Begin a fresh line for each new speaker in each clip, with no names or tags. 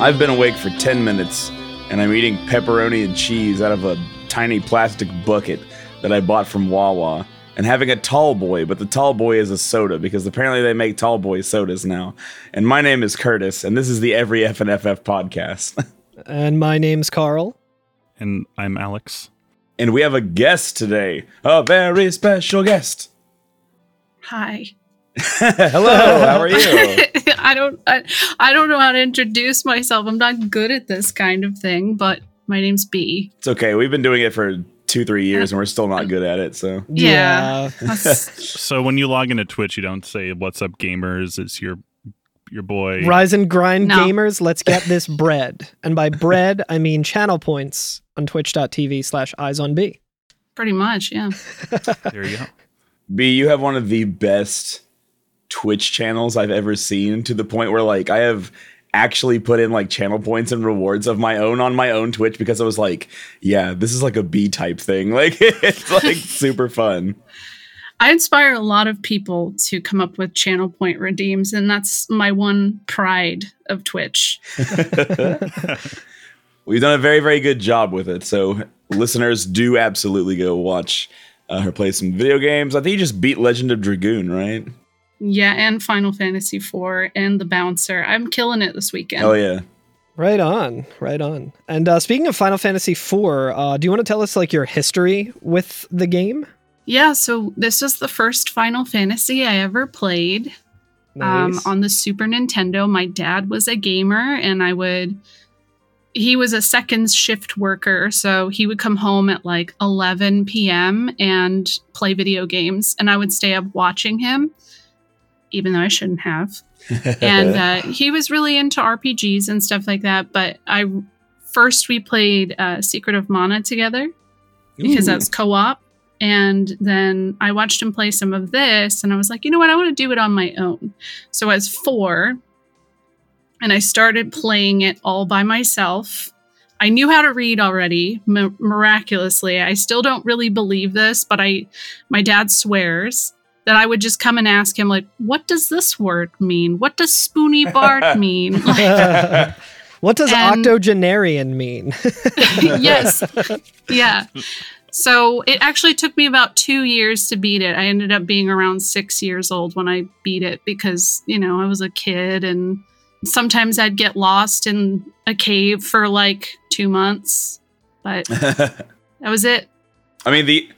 I've been awake for 10 minutes and I'm eating pepperoni and cheese out of a tiny plastic bucket that I bought from Wawa and having a tall boy, but the tall boy is a soda because apparently they make tall boy sodas now. And my name is Curtis and this is the Every F and FF podcast.
And my name's Carl.
And I'm Alex.
and we have a guest today, a very special guest.
Hi.
Hello, how are you?
I don't I, I don't know how to introduce myself. I'm not good at this kind of thing, but my name's B.
It's okay. We've been doing it for two, three years and we're still not good at it. So
Yeah. That's-
So when you log into Twitch, you don't say "What's up, gamers?" It's your your boy.
Yeah. Rise and grind
No.
gamers, let's get this bread. And by bread, I mean channel points on twitch.tv slash eyes on B.
pretty much, yeah.
There you go.
B, you have one of the best Twitch channels I've ever seen to the point where like I have actually put in like channel points and rewards of my own on my own Twitch because I was like, yeah, this is like a B type thing. Like it's like super fun.
I inspire a lot of people to come up with channel point redeems, and that's my one pride of Twitch.
We've done a very, very good job with it. So listeners do absolutely go watch uh, her play some video games. I think you just beat Legend of Dragoon, right?
Yeah, and Final Fantasy IV and The Bouncer. I'm killing it this weekend.
Hell Oh, yeah.
Right on, right on. And uh, speaking of Final Fantasy IV, uh, do you want to tell us like your history with the game?
Yeah, so this was the first Final Fantasy I ever played. um,
Nice.
on the Super Nintendo. My dad was a gamer, and I would. He was a seconds shift worker, so he would come home at like 11 p.m. and play video games, and I would stay up watching him, even though I shouldn't have and uh, he was really into RPGs and stuff like that. But I first we played uh, Secret of Mana together because that's co-op, and then I watched him play some of this, and I was like, you know what, I want to do it on my own. So I was four, and I started playing it all by myself. I knew how to read already, mi- miraculously. I still don't really believe this, but I, my dad swears that I would just come and ask him, like, what does this word mean? What does spoony bark mean? Like,
what does
and-
octogenarian mean?
yes. Yeah. So it actually took me about two years to beat it. I ended up being around six years old when I beat it because, you know, I was a kid and sometimes I'd get lost in a cave for like two months. But that was it.
I mean the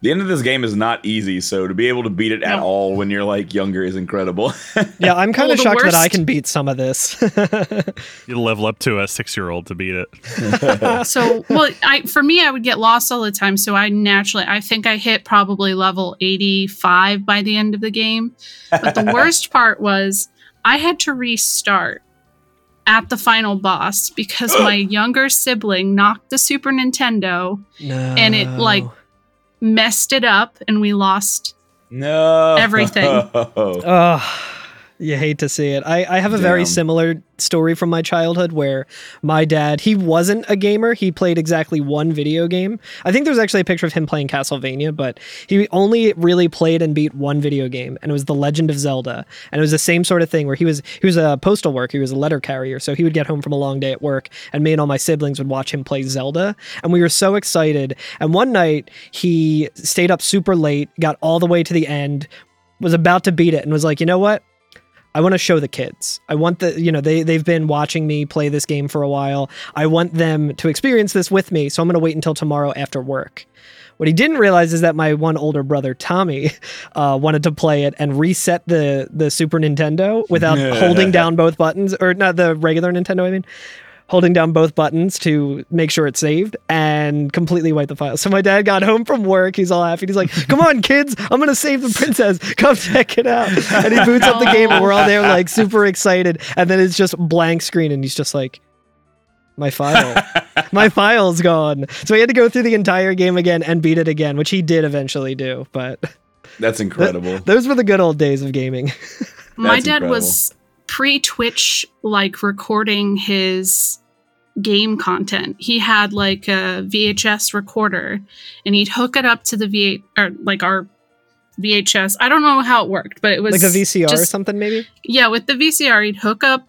the end of this game is not easy, so to be able to beat it at
No.
all when you're like younger is incredible.
yeah, I'm kind
Well,
of
the
shocked that I
worst-
can beat some of this.
You level up to a six year old to beat it.
so well i for me i would get lost all the time so i naturally i think i hit probably level 85 by the end of the game but the worst part was i had to restart at the final boss because my younger sibling knocked the super nintendo
no.
and it like messed it up and we lost
no.
Everything.
Oh, you hate to see it. I, I have a very
Damn.
similar story from my childhood where my dad, he wasn't a gamer. He played exactly one video game. I think there's actually a picture of him playing Castlevania, but he only really played and beat one video game, and it was The Legend of Zelda. And it was the same sort of thing where he was he was a postal worker, he was a letter carrier, so he would get home from a long day at work, and me and all my siblings would watch him play Zelda, and we were so excited. And one night he stayed up super late, got all the way to the end, was about to beat it and was like, you know what? I want to show the kids. I want the, you know, they, they've been watching me play this game for a while. I want them to experience this with me. So I'm going to wait until tomorrow after work. What he didn't realize is that my one older brother, Tommy, uh, wanted to play it and reset the, the Super Nintendo without holding down both buttons, or not the regular Nintendo, I mean, holding down both buttons to make sure it's saved and completely wipe the file. So my dad got home from work. He's all happy. He's like, "Come on, kids! I'm gonna save the princess. Come check it out!" And he boots up the game, and we're all there like super excited. And then it's just blank screen, and he's just like, "My file, my file's gone." So he had to go through the entire game again and beat it again, which he did eventually do. But
That's incredible.
those were the good old days of gaming.
my
That's
dad was pre Twitch, like recording his game content. He had like a VHS recorder, and he'd hook it up to the V or like our VHS. I don't know how it worked, but it was
Like a VCR or
just-
something, maybe.
Yeah, with the VCR, he'd hook up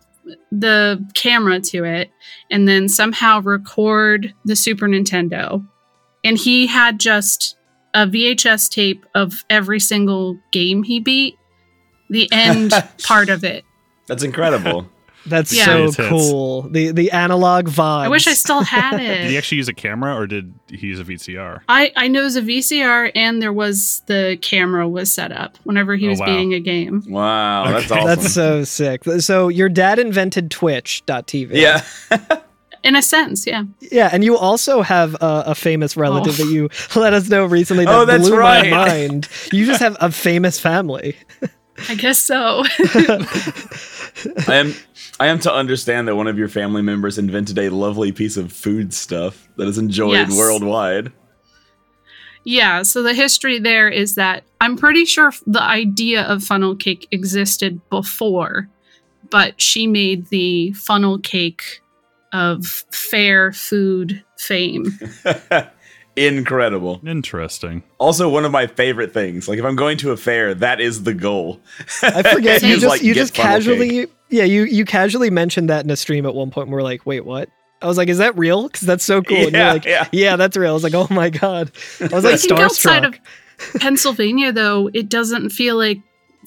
the camera to it and then somehow record the Super Nintendo. And he had just a VHS tape of every single game he beat, the end part of it.
That's incredible.
That's
Yeah.
so
Greatest hits.
cool. The the analog vibes.
I wish I still had
Did he
it.
actually use a camera or did he use a VCR?
I, I know it was a VCR and there was the camera was set up whenever he
Oh,
was
wow.
beating a game.
wow, that's
Okay.
awesome.
That's so sick. So your dad invented Twitch.tv.
yeah.
In a sense, yeah.
Yeah, and you also have a, a famous relative
Oh.
that you let us know recently that
Oh, that's
blew
right.
my mind. You just have a famous family.
I guess so.
I am I am to understand that one of your family members invented a lovely piece of food stuff that is enjoyed
Yes.
worldwide.
Yeah, so the history there is that I'm pretty sure f- the idea of funnel cake existed before, but she made the funnel cake of fair food fame.
Incredible.
Interesting.
Also, one of my favorite things. Like, if I'm going to a fair, that is the goal.
I forget you
He's
just
like,
you
"Get
just
funnel
casually yeah you you casually mentioned that in a stream at one point. And we're like, wait, what? I was like, is that real? Because that's so cool. and you're
Yeah,
like,
yeah.
that's real. I was like, oh my god. I was like,
I think outside
starstruck.
of Pennsylvania, though, it doesn't feel like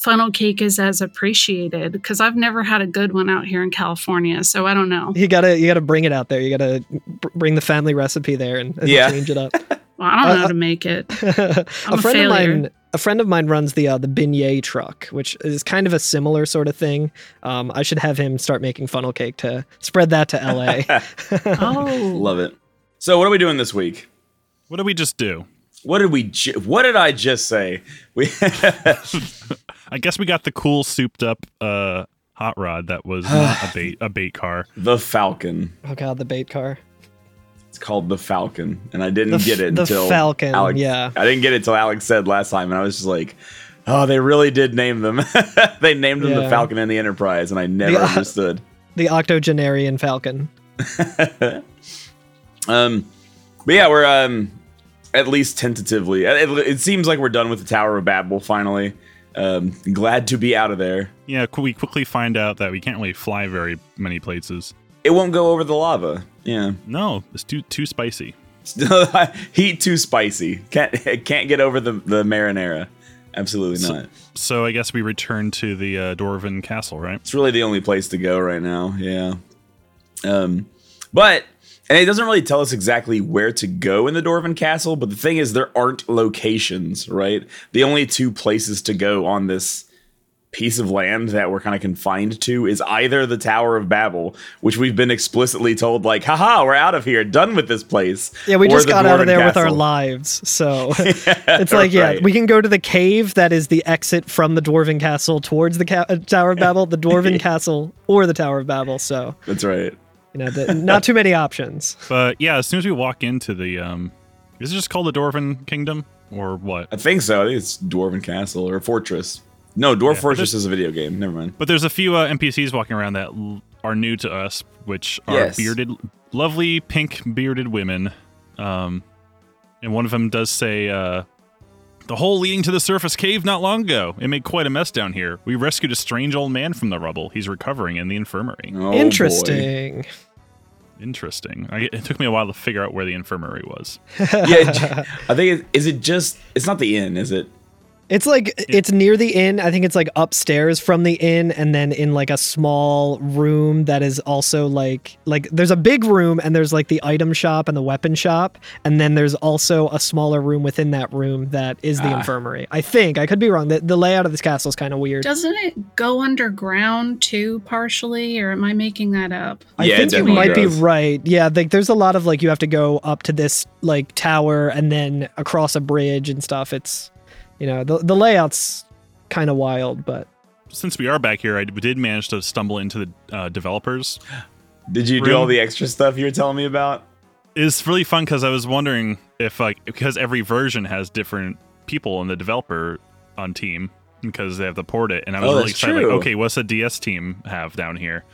funnel cake is as appreciated because I've never had a good one out here in California, so I don't know.
you gotta you gotta bring it out there. You gotta br- bring the family recipe there and, and
Yeah.
change it up.
Well, I don't know
Uh,
how to make it.
a
I'm
friend of
a failure.
mine a friend of mine runs the uh, the beignet truck which is kind of a similar sort of thing um, i should have him start making funnel cake to spread that to la
Oh,
Love it. So, what are we doing this week?
What did we just do?
What did we? Ju- what did I just say? We
I guess we got the cool souped up uh hot rod that was not a bait a bait car.
the Falcon.
oh god the bait car
It's called the Falcon, and I didn't
The
get it
f- the
until
Falcon,
Alex,
yeah.
I didn't get it until Alex said last time, and I was just like, "Oh, they really did name them. they named them the
Yeah.
Falcon and the Enterprise," and I never
Yeah.
understood.
the octogenarian falcon
Um, but yeah, we're um, at least tentatively. It, it- it seems like we're done with the Tower of Babel finally. Um, glad to be out of there.
Yeah, qu- we quickly find out that we can't really fly very many places.
It won't go over the lava. Yeah,
No, it's too too spicy.
heat too spicy. Can't it can't get over the the marinara. Absolutely not.
So I guess we return to the uh, Dwarven castle, right?
It's really the only place to go right now. Yeah. Um, but and it doesn't really tell us exactly where to go in the Dwarven Castle. But the thing is, there aren't locations, right? The only two places to go on this piece of land that we're kind of confined to is either the Tower of Babel, which we've been explicitly told, like, haha, we're out of here, done with this place.
yeah we
or
just
the
got out
Dwarven
of there with our
Castle.
lives so it's like yeah
right.
we can go to the cave that is the exit from the dwarven castle towards the ca- uh, tower of babel the dwarven castle or the tower of babel so
That's right.
you know the, not too many options
But yeah, as soon as we walk into the um is it just called the Dwarven Kingdom or what?
I think so. I think it's Dwarven Castle or Fortress. No, Dwarf
Yeah.
Fortress is a video game. Never mind.
But there's a few uh, NPCs walking around that l- are new to us, which are
Yes.
bearded, lovely pink bearded women. Um, and one of them does say, uh, "The hole leading to the surface cave not long ago. It made quite a mess down here. We rescued a strange old man from the rubble. He's recovering in the infirmary.
Oh, boy.
interesting
Interesting. I, it took me a while to figure out where the infirmary was.
yeah, j- I think it, is it just it's not the inn, is it?
It's like it's near the inn. I think it's like upstairs from the inn and then in like a small room that is also like like there's a big room and there's like the item shop and the weapon shop and then there's also a smaller room within that room that is the
Ah.
infirmary. I think I could be wrong. The, the layout of this castle is kind of weird.
doesn't it go underground too, partially, or am I making that up?
I
Yeah, it
think you
definitely
might
does.
be right. Yeah, like there's a lot of like you have to go up to this like tower and then across a bridge and stuff. It's you know, the the layout's kind of wild, but
Since we are back here, I d- did manage to stumble into the uh, developers.
Did you do
Room.
all the extra stuff you were telling me about?
It's really fun because I was wondering if like because every version has different people in the developer on team because they have to port it, and I was
Oh,
really
that's
excited. Like,
true.
okay, what's the DS team have down here?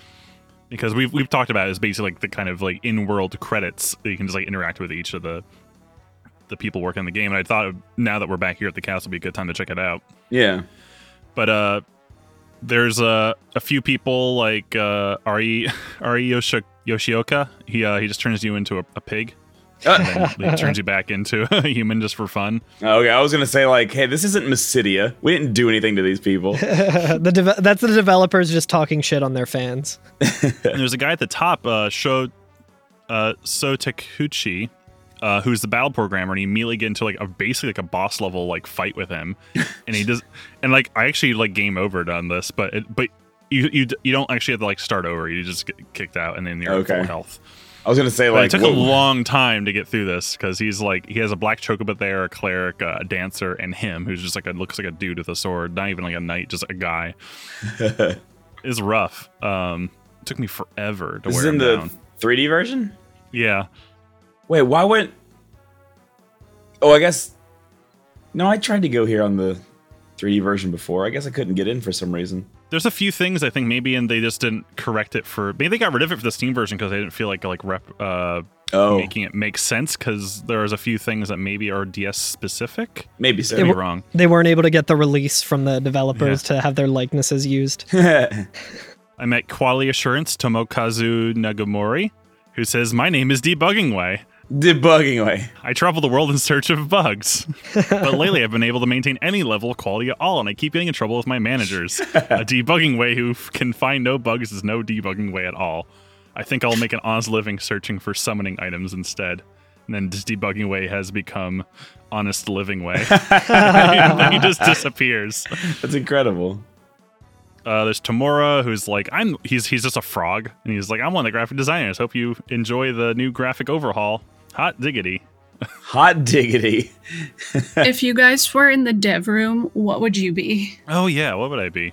Because we've we've talked about is basically like the kind of like in world credits that you can just like interact with each of the the people working on the game. And I thought now that we're back here at the castle, it'd be a good time to check it out.
Yeah.
But uh there's uh, a few people like uh, Ari Ari Yoshi- Yoshioka. He uh, he just turns you into a, a pig. And then he turns you back into a human just for fun.
Uh, Okay, I was gonna say like, hey, this isn't Mysidia. We didn't do anything to these people.
the deve- that's the developers just talking shit on their fans.
And there's a guy at the top, uh, Sho uh, So Takuchi, uh, who's the battle programmer, and you immediately get into like a basically like a boss level like fight with him, and he does, and like I actually like game overed on this, but it, but you you d- you don't actually have to like start over, you just get kicked out, and then you're at
Okay.
full health.
I was gonna say
But
like,
it took a
whoa.
long time to get through this because he's like he has a black chocobo there, a cleric, uh, a dancer, and him who's just like a, looks like a dude with a sword, not even like a knight, just a guy. it's rough. Um, it took me forever to
this is
wear
in
him
the
down.
3D version.
Yeah,
Wait, why wouldn't? Oh, I guess. No, I tried to go here on the 3D version before. I guess I couldn't get in for some reason.
there's a few things I think maybe and they just didn't correct it for maybe they got rid of it for the Steam version because they didn't feel like like rep uh,
Oh,
making it make sense because there's a few things that maybe are DS specific.
maybe
Could be
so.
wrong.
They weren't able to get the release from the developers to have their likenesses used.
I met quality assurance Tomokazu Nagamori, who says, My name is Debugging Way.
Debugging way.
I travel the world in search of bugs. but lately I've been able to maintain any level of quality at all, and I keep getting in trouble with my managers. A debugging way who f- can find no bugs is no debugging way at all. I think I'll make an honest living searching for summoning items instead. And then just debugging way has become honest living way. and then he just disappears.
That's incredible.
Uh, there's Tamura, who's like, I'm. He's he's just a frog, and he's like, I'm one of the graphic designers. Hope you enjoy the new graphic overhaul. Hot diggity.
Hot diggity.
if you guys were in the dev room, what would you be?
Oh yeah, what would I be?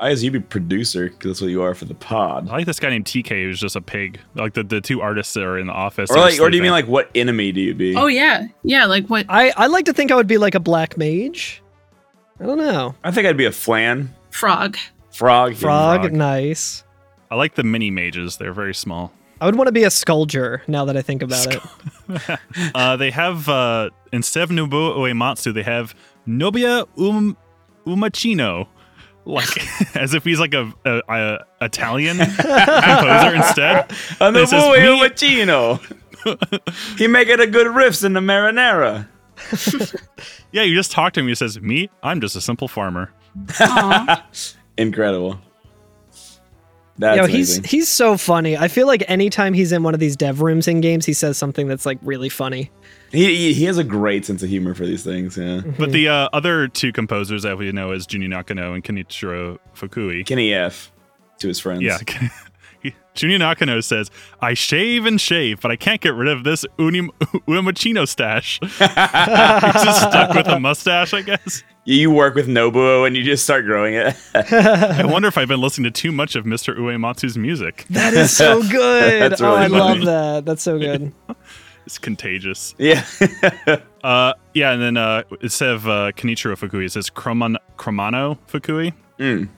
I guess you'd be producer because that's what you are for the pod.
I like this guy named TK, who's just a pig. Like the, the two artists that are in the office.
Or
they're
like, or do you
sleeping.
mean like what enemy do you be?
Oh yeah, yeah. Like what?
I I like to think I would be like a black mage. I don't know.
I think I'd be a flan
Frog.
frog.
Frog,
frog.
nice.
I like the mini mages. They're very small.
I would want to be a sculger now that I think about it.
Uh, they have uh, instead of Nobuo Uematsu, they have Nobia um, Umachino, like as if he's like a, a, a Italian composer instead.
And the
This is
boy
me.
Uachino. he making a good riffs in the marinara.
Yeah, you just talk to him. He says, "Me, I'm just a simple farmer."
Aw.
Incredible. That's
Yo, he's
amazing.
he's so funny. I feel like anytime he's in one of these dev rooms in games, he says something that's like really funny.
He, he he has a great sense of humor for these things. Yeah.
But the uh, other two composers that we know is Junya Nakano and Kenichiro Fukui.
Kenny F. To his friends.
Yeah. He- Junya Nakano says, I shave and shave, but I can't get rid of this unim- Uemachino stash. He's just stuck with a mustache, I guess.
You, you work with Nobuo and you just start growing it.
I wonder if I've been listening to too much of Mr. Uematsu's music.
That is so good.
That's
oh,
really
I love
funny.
that. That's so good.
It's contagious.
yeah.
Uh, yeah, and then uh, instead of uh, Kenichiro Fukui, it says Cromon- Cromano Fukui.
Mm.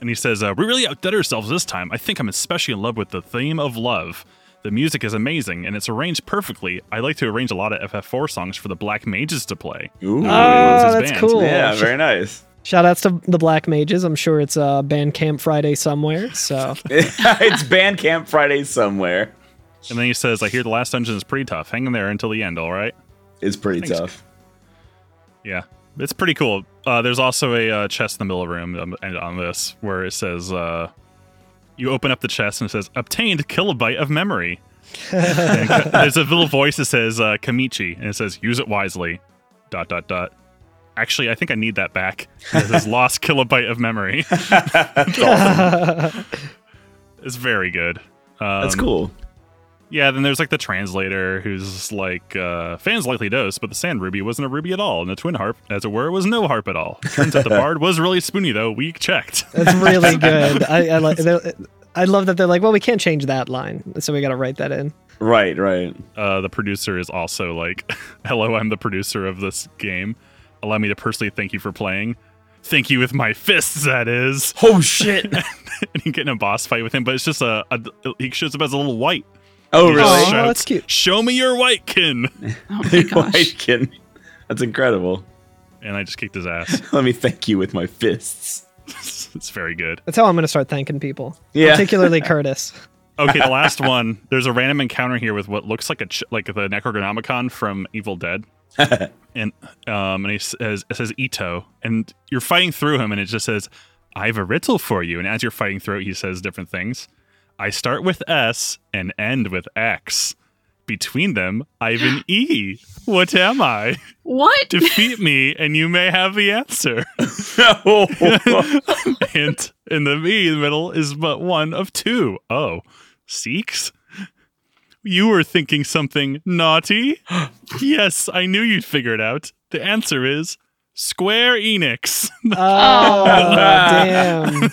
And he says, uh, We really outdid ourselves this time. I think I'm especially in love with the theme of love. The music is amazing and it's arranged perfectly. I like to arrange a lot of FF4 songs for the Black Mages to play.
Ooh.
loves
oh,
his
that's
band.
cool.
yeah. Very nice.
Shout outs to the Black Mages. I'm sure it's uh, Bandcamp Friday somewhere. So
it's band camp Friday somewhere.
And then he says, I hear the last dungeon is pretty tough. Hang in there until the end, all right?
It's pretty
Thanks.
tough.
Yeah. It's pretty cool. Uh, there's also a uh, chest in the middle of the room um, and on this where it says, uh, You open up the chest and it says, Obtained kilobyte of memory. and co- there's a little voice that says, uh, Kamichi, and it says, Use it wisely. Dot, dot, dot. Actually, I think I need that back. It says, Lost kilobyte of memory. it's very good. Um,
That's cool.
yeah, then there's like the translator who's like, uh, fans likely dose, but the sand ruby wasn't a ruby at all, and the twin harp, as it were, was no harp at all. Turns out the bard was really spoony though. We checked.
that's really good. I I, like they're- I love that they're like, well, we can't change that line, so we got to write that in.
Right. Right.
Uh, the producer is also like, "Hello, I'm the producer of this game. Allow me to personally thank you for playing. Thank you with my fists, that is."
Oh shit.
and you get in a boss fight with him, but it's just a, a he shows up as a little white.
oh
He just
Aw,
really?
shouts,
that's cute.
Show me your white kin,
Oh my gosh.
White kid. That's incredible.
and I just kicked his ass.
Let me thank you with my fists.
it's very good.
That's how I'm going to start thanking people,
Yeah.
particularly Curtis.
Okay, the last one. There's a random encounter here with what looks like a ch- like the Necronomicon from Evil Dead, and um, and he says it says Ito, and you're fighting through him, and it just says, "I have a riddle for you." And as you're fighting through it, he says different things. I start with S and end with X. Between them, I've an E. What am I?
What?
Defeat me, and you may have the answer. Hint in the me in the middle is but one of two. Oh, seeks? You were thinking something naughty? yes, I knew you'd figure it out. The answer is Square Enix.
Oh, damn.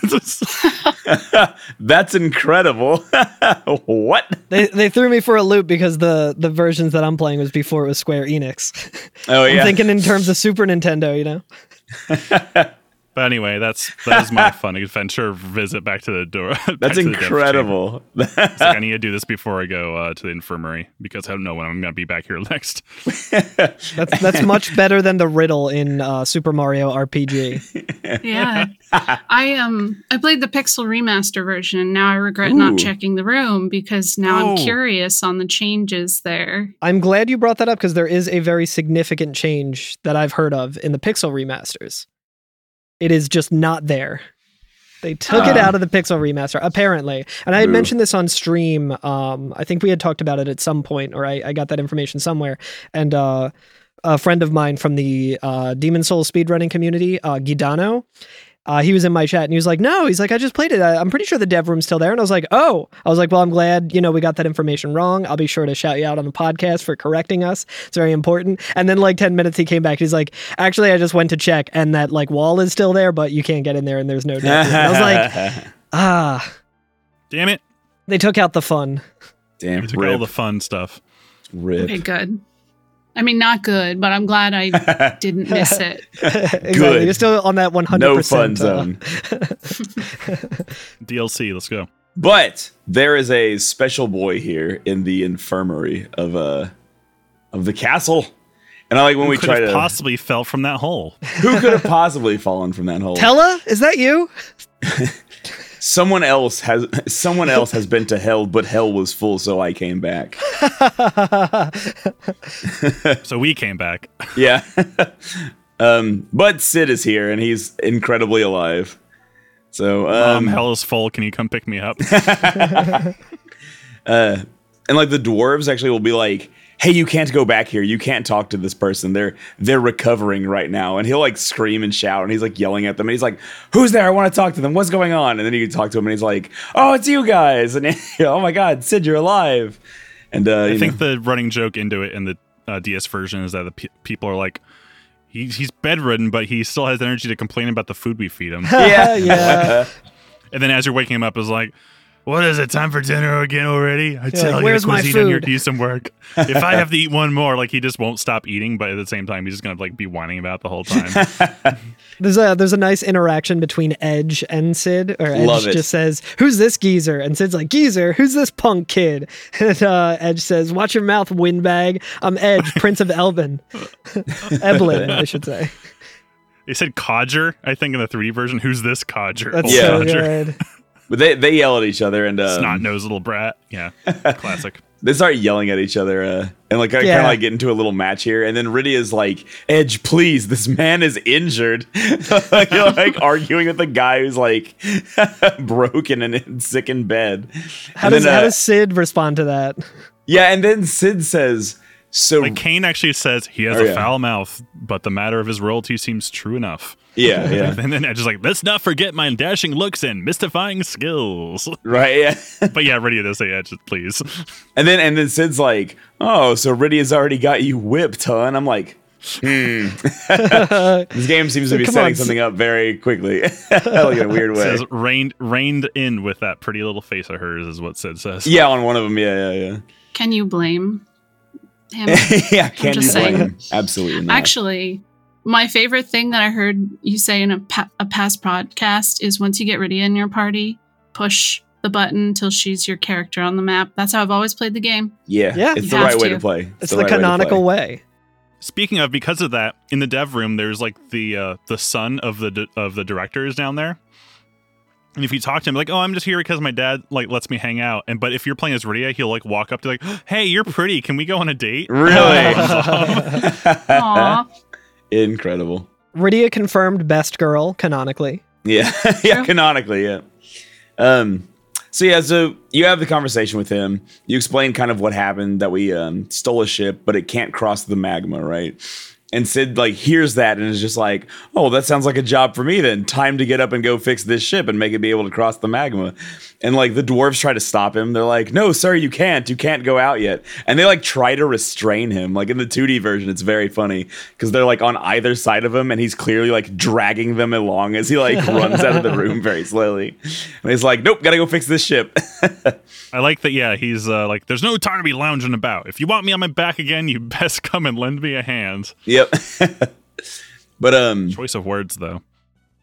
That's incredible. what?
They, they threw me for a loop because the, the versions that I'm playing was before it was Square Enix.
Oh
I'm
yeah.
thinking in terms of Super Nintendo, you know?
but anyway, that's that is my fun adventure visit back to the door. back
That's
to the death chamber.
incredible.
It's like, I need to do this before I go uh, to the infirmary because I don't know when I'm going to be back here next.
That's, that's much better than the riddle in uh, Super Mario RPG.
yeah. I um I played the Pixel remaster version and now I regret not
Ooh.
checking the room because now
Oh.
I'm curious on the changes there.
I'm glad you brought that up because there is a very significant change that I've heard of in the Pixel remasters. It is just not there. They took it
Ah.
out of the Pixel remaster, apparently. And I had
Boo.
mentioned this on stream. Um, I think we had talked about it at some point, or I, I got that information somewhere. And uh, a friend of mine from the uh, Demon Soul speedrunning community, uh, Guidano, uh, he was in my chat and he was like, no, he's like, I just played it. I, I'm pretty sure the dev room's still there. And I was like, oh, I was like, well, I'm glad, you know, we got that information wrong. I'll be sure to shout you out on the podcast for correcting us. It's very important. And then like 10 minutes, he came back. He's like, actually, I just went to check and that like wall is still there, but you can't get in there and there's no dev room. And I was like, ah,
Damn it.
they took out the fun.
damn,
I took all
rip,
the fun stuff.
rip.
Okay, good. I mean not good, but I'm glad I didn't miss it.
exactly.
Good.
You're still on that 100%.
no fun
uh,
zone.
DLC, let's go.
But there is a special boy here in the infirmary of uh of the castle. And I like when
Who
we
could
try
have
to
possibly fell from that hole?
who could have possibly fallen from that hole?
Tella, is that you?
someone else has someone else has been to hell, but hell was full, so I came back.
So we came back.
Yeah. um, but Sid is here and he's incredibly alive. So um,
Um, hell is full. Can you come pick me up?
and like the dwarves actually will be like hey you can't go back here you can't talk to this person they're they're recovering right now and he'll like scream and shout and he's like yelling at them and he's like who's there i want to talk to them what's going on and then you talk to him and he's like oh it's you guys and oh my god sid you're alive and uh
I
you think
think the running joke into it in the uh, DS version is that the pe- people are like, he, he's bedridden, but he still has energy to complain about the food we feed him.
yeah
yeah.
and then as you're waking him up, is like, what is it? Time for dinner again already? I tell you,
"Where's
the
my
cuisine on here
food?"
to do some work. if I have to eat one more, like he just won't stop eating, but at the same time, he's just gonna like be whining about it the whole time.
There's a there's a nice interaction between Edge and Sid, or Edge
Love it.
just says, "Who's this geezer?" and Sid's like, "Geezer, who's this punk kid?" And uh, Edge says, "Watch your mouth, windbag. I'm Edge, Prince of Elven, Evelyn, I should say."
they said codger, I think, in the 3D version. Who's this codger?
That's
Old
Yeah.
so
codger.
good. Um,
but they they yell at each other and uh
Snot nosed little brat. Yeah, classic.
they start yelling at each other uh, and like I kind
Yeah.
of like get into a little match here and then Riddia's like Edge please this man is injured like, you're, like arguing with the guy who's like broken and, and sick in bed
How
And
does
then,
how
uh,
does Sid respond to that?
yeah and then Sid says so
Like Kane actually says he has
Oh,
a
yeah.
foul mouth, but the matter of his royalty seems true enough.
yeah yeah
And then I just like, let's not forget my dashing looks and mystifying skills.
right yeah
but yeah, ready to say edge, please.
and then and then Sid's like oh so Riddia's already got you whipped huh and I'm like hmm this game seems to be
Come
setting
on, Sid.
something up very quickly like in a weird way
says reined reined in with that pretty little face of hers is what Sid says.
yeah on one of them yeah yeah yeah
Can you blame him?
yeah, can you
just
blame
saying.
him? Absolutely not.
Actually, my favorite thing that I heard you say in a, pa- a past podcast is once you get Rydia in your party, push the button till she's your character on the map. That's how I've always played the game.
yeah,
Yeah.
it's
You
the
have
right way
to.
to play.
It's the, canonical way.
Speaking of, because of that, in the dev room, there's like the uh, the son of the di- of the director is down there, And if you talk to him, like, oh, I'm just here because my dad like lets me hang out. And but if you're playing as Rydia, he'll like walk up to like, hey, you're pretty. Can we go on a date?
Really?
Aw,
Incredible.
Rydia confirmed best girl canonically.
Yeah, yeah,
True.
canonically, yeah. Um, so yeah, so you have the conversation with him. You explain kind of what happened that we um, stole a ship, but it can't cross the magma, right? And Sid like hears that and is just like, "Oh, that sounds like a job for me then. Time to get up and go fix this ship and make it be able to cross the magma." And like the dwarves try to stop him. They're like, "No, sir, you can't. You can't go out yet." And they like try to restrain him. Like in the 2D version, it's very funny cuz they're like on either side of him and he's clearly like dragging them along as he like runs out of the room very slowly. And he's like, "Nope, got to go fix this ship."
I like that. Yeah, he's uh, like, there's no time to be lounging about. If you want me on my back again, you best come and lend me a hand.
Yep. but um,
Choice of words, though.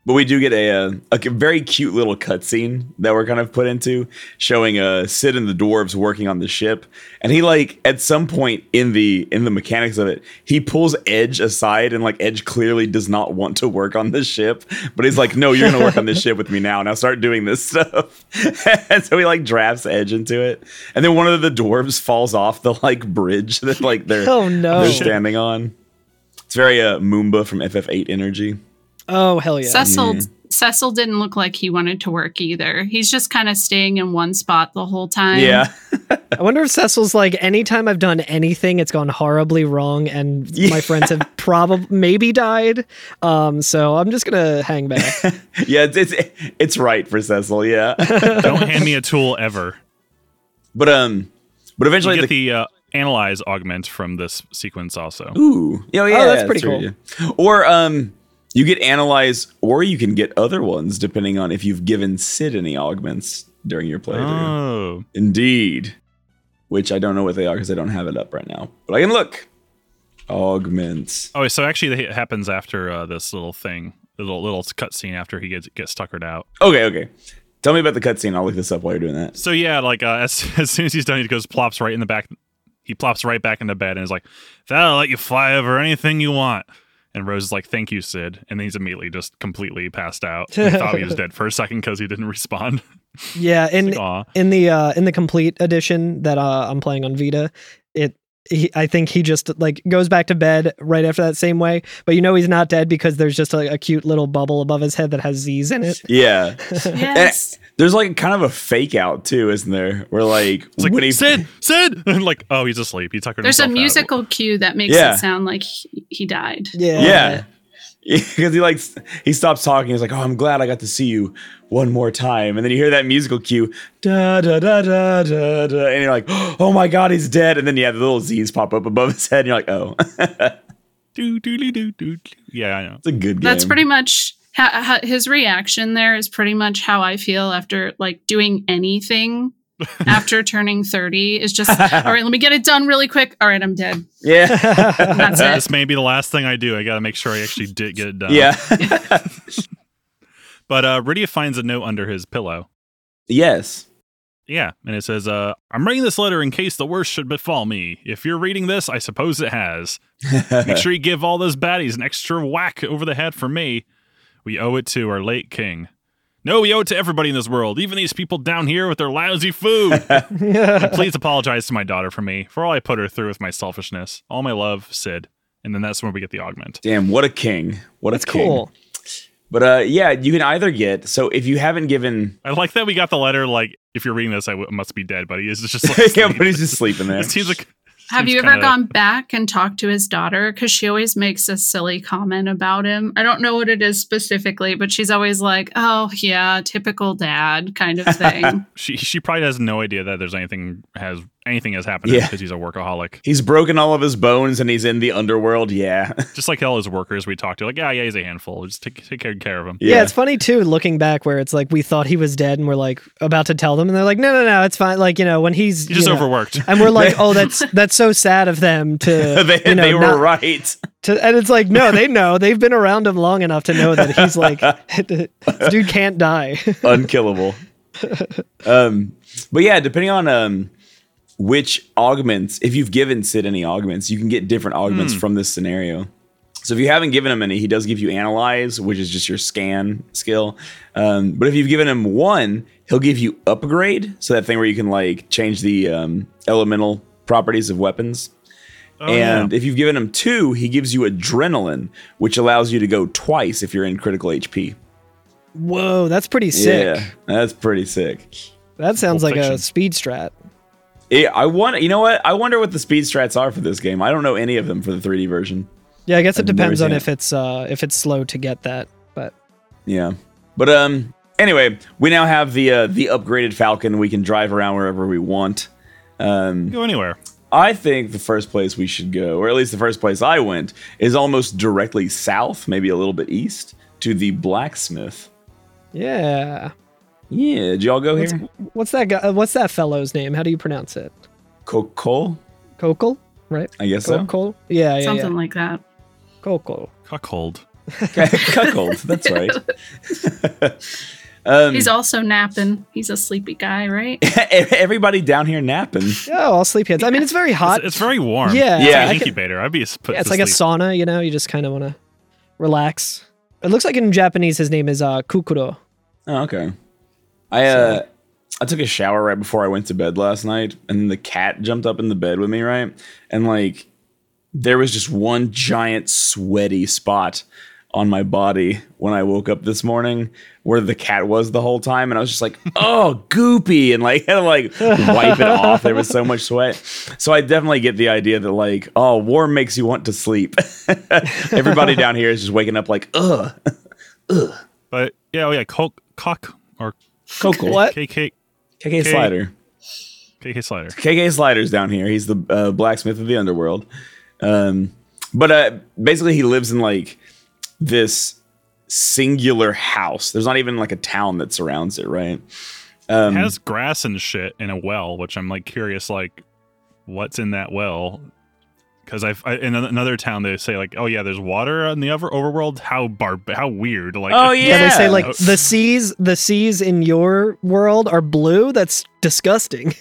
but we do get a uh, a c- very cute little cutscene that we're kind of put into, showing uh Sid and the dwarves working on the ship, and he like at some point in the in the mechanics of it, he pulls Edge aside, and like Edge clearly does not want to work on the ship, but he's like, no, you're gonna work on this ship with me now, now start doing this stuff, and so he like drafts Edge into it, and then one of the dwarves falls off the like bridge that like they're
Oh no.
they're standing on. It's very uh, Moomba from FF8 energy.
Oh hell yeah.
Cecil
Mm.
Cecil didn't look like he wanted to work either. He's just kind of staying in one spot the whole time.
Yeah,
I wonder if Cecil's like, anytime I've done anything, it's gone horribly wrong, and my friends have probably maybe died. Um, so I'm just gonna hang back.
yeah, it's, it's it's right for Cecil. Yeah,
Don't hand me a tool ever.
but um, but eventually
You
the,
get the uh, analyze augment from this sequence also.
ooh,
Oh,
yeah, yeah,
that's
yeah,
pretty
true, yeah. Or um, you get analyze, or you can get other ones depending on if you've given Sid any augments during your playthrough.
Oh,
Indeed, which I don't know what they are because I don't have it up right now, but I can look. Augments.
oh. So actually, it happens after uh, this little thing, little little cutscene after he gets gets tuckered out.
Okay, okay. Tell me about the cutscene. I'll look this up while you're doing that.
So yeah, like uh, as as soon as he's done, he goes plops right in the back. He plops right back into bed and is like, "That'll let you fly over anything you want." And Rose is like, "Thank you, Sid." And then he's immediately just completely passed out. We thought he was dead for a second because he didn't respond.
yeah, in
Aw.
in the uh, in the complete edition that uh, I'm playing on Vita, it. He, I think he just like goes back to bed right after that same way, but you know he's not dead because there's just a, a cute little bubble above his head that has Z's in it.
Yeah.
Yes.
There's like kind of a fake out too, isn't there? Where like,
It's like
when he
Sid, Sid, and like, oh, he's asleep. He tuckered.
There's a
himself out.
musical cue that makes
Yeah.
it sound like he, he died.
Yeah,
yeah, because he like s- he stops talking. He's like, "Oh, I'm glad I got to see you one more time." And then you hear that musical cue, da da da da da da, and you're like, "Oh my god, he's dead!" And then yeah, the little Z's pop up above his head, and you're like, "Oh,
Do, do, do, do, do, do. Yeah, I know.
it's a good game."
That's pretty much ha- ha- his reaction there is pretty much how I feel after like doing anything after turning 30 is just all right, let me get it done really quick. All right, I'm dead.
Yeah,
That's it.
This may be the last thing I do. I got to make sure I actually did get it done.
yeah,
But uh, Rydia finds a note under his pillow.
yes.
Yeah, and it says, uh, "I'm writing this letter in case the worst should befall me. If you're reading this, I suppose it has. Make sure you give all those baddies an extra whack over the head for me. We owe it to our late king. No, we owe it to everybody in this world, even these people down here with their lousy food.
yeah.
Please apologize to my daughter for me, for all I put her through with my selfishness. All my love, Sid." And then that's when we get the augment.
Damn, what a king! What
That's
a king.
cool.
But uh, yeah, you can either get so if you haven't given,
I like that we got the letter. Like, if you're reading this, I w- must be dead, buddy. It's just like,
yeah,
sleep.
but he's just sleeping there.
it seems like.
Have
seems
you ever
kinda-
gone back and talked to his daughter? Because she always makes a silly comment about him. I don't know what it is specifically, but she's always like, oh, yeah, typical dad kind of thing.
She she probably has no idea that there's anything has anything has happened
Yeah.
because he's a workaholic.
He's broken all of his bones and he's in the underworld. Yeah.
Just like all his workers we talk to, like yeah, yeah, he's a handful. Just take take good care of him.
Yeah. it's funny too, looking back where it's like we thought he was dead and we're like about to tell them and they're like, No, no, no, it's fine. Like, you know, when he's
He's just
you know-
overworked.
And we're like, Oh, that's that's so sad of them to
they,
you know,
they were
not-
right.
to- and it's like, no, they know. They've been around him long enough to know that he's like this dude can't die.
Unkillable. um, but yeah, depending on um, Hmm. which augments, if you've given Sid any augments, you can get different augments from this scenario. So if you haven't given him any, he does give you analyze, which is just your scan skill. Um, but if you've given him one, he'll give you upgrade, so that thing where you can like change the um, elemental properties of weapons.
Oh,
and
yeah.
if you've given him two, he gives you adrenaline, which allows you to go twice if you're in critical HP.
Whoa, that's pretty sick.
Yeah, that's pretty sick.
That sounds
Pulp
like a
Fiction.
speed strat.
Yeah, I want. You know what? I wonder what the speed strats are for this game. I don't know any of them for the 3D version.
Yeah, I guess it
I've never
depends on
seen
if it's uh if it's slow to get that. But
Yeah, but um. Anyway, we now have the uh, the upgraded Falcon. We can drive around wherever we want.
go anywhere.
I think the first place we should go, or at least the first place I went, is almost directly south, maybe a little bit east, to the blacksmith.
yeah.
Yeah, did y'all go here?
What's that guy? uh, What's that fellow's name? How do you pronounce it?
Coco,
Kokel, right?
I guess so.
Kokel. Yeah, yeah,
something
yeah.
like that.
Kokel.
Cuckold.
Cuckold. That's right. um,
He's also napping. He's a sleepy guy, right?
everybody down here napping.
Oh, all sleepheads. I mean, it's very hot.
It's, it's very warm.
Yeah,
It's
Yeah.
like
I
an
could-
incubator. I'd be s- put
Yeah, it's
to
like a
sleep.
sauna, you know, you just kind of want to relax. It looks like in Japanese his name is uh, Kukuro.
Oh, okay. I uh, I took a shower right before I went to bed last night, and the cat jumped up in the bed with me, right? And like, there was just one giant sweaty spot on my body when I woke up this morning where the cat was the whole time, and I was just like, oh, goopy, and like, had to like wipe it off. There was so much sweat. So I definitely get the idea that like, oh, warm makes you want to sleep. Everybody down here is just waking up like, ugh,
But yeah, oh yeah, cock, cock or
Coco,
What?
KK,
KK Slider.
KK Slider.
KK Slider's down here. He's the uh, blacksmith of the underworld. Um, but uh, basically, he lives in like this singular house. There's not even like a town that surrounds it, right? Um,
It has grass and shit in a well, which I'm like curious, like what's in that well? Because I've I, in an- another town they say like, oh yeah, there's water in the over- overworld. How bar, how weird. Like,
Oh,
Yeah, they say
Yeah.
like the seas, the seas in your world are blue. That's disgusting.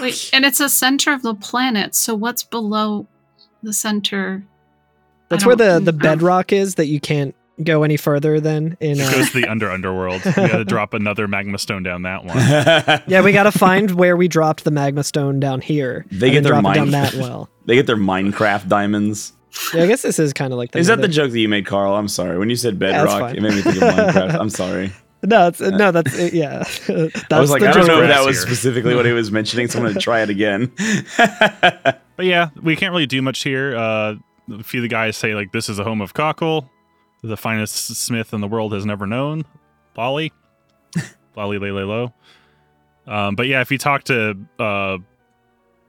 Wait, and it's the center of the planet. So what's below the center?
That's
I
where the
don't- Oh,
the bedrock is that you can't go any further than in.
It
Uh,
goes to the under underworld. We gotta drop another magma stone down that one.
they
yeah, we gotta find where we dropped the magma stone down here.
They get
and then
their
drop it down
mind-
that well.
get their Minecraft diamonds.
Yeah, I guess this is kind of like
Is that the
meta-
joke that you made, Carl? I'm sorry. When you said
that's
bedrock,
fine.
it made me think of Minecraft. I'm sorry.
no? It's, no, that's it, yeah. that's
I was like,
the
I don't
joke.
know if that
Grass
was
here.
specifically what he was mentioning, so I'm going to try it again.
But yeah, we can't really do much here. Uh, a few of the guys say like, this is the home of Cockle, the finest smith in the world has never known. Lolly, lolly lay lay low. Um, but yeah, if you talk to uh,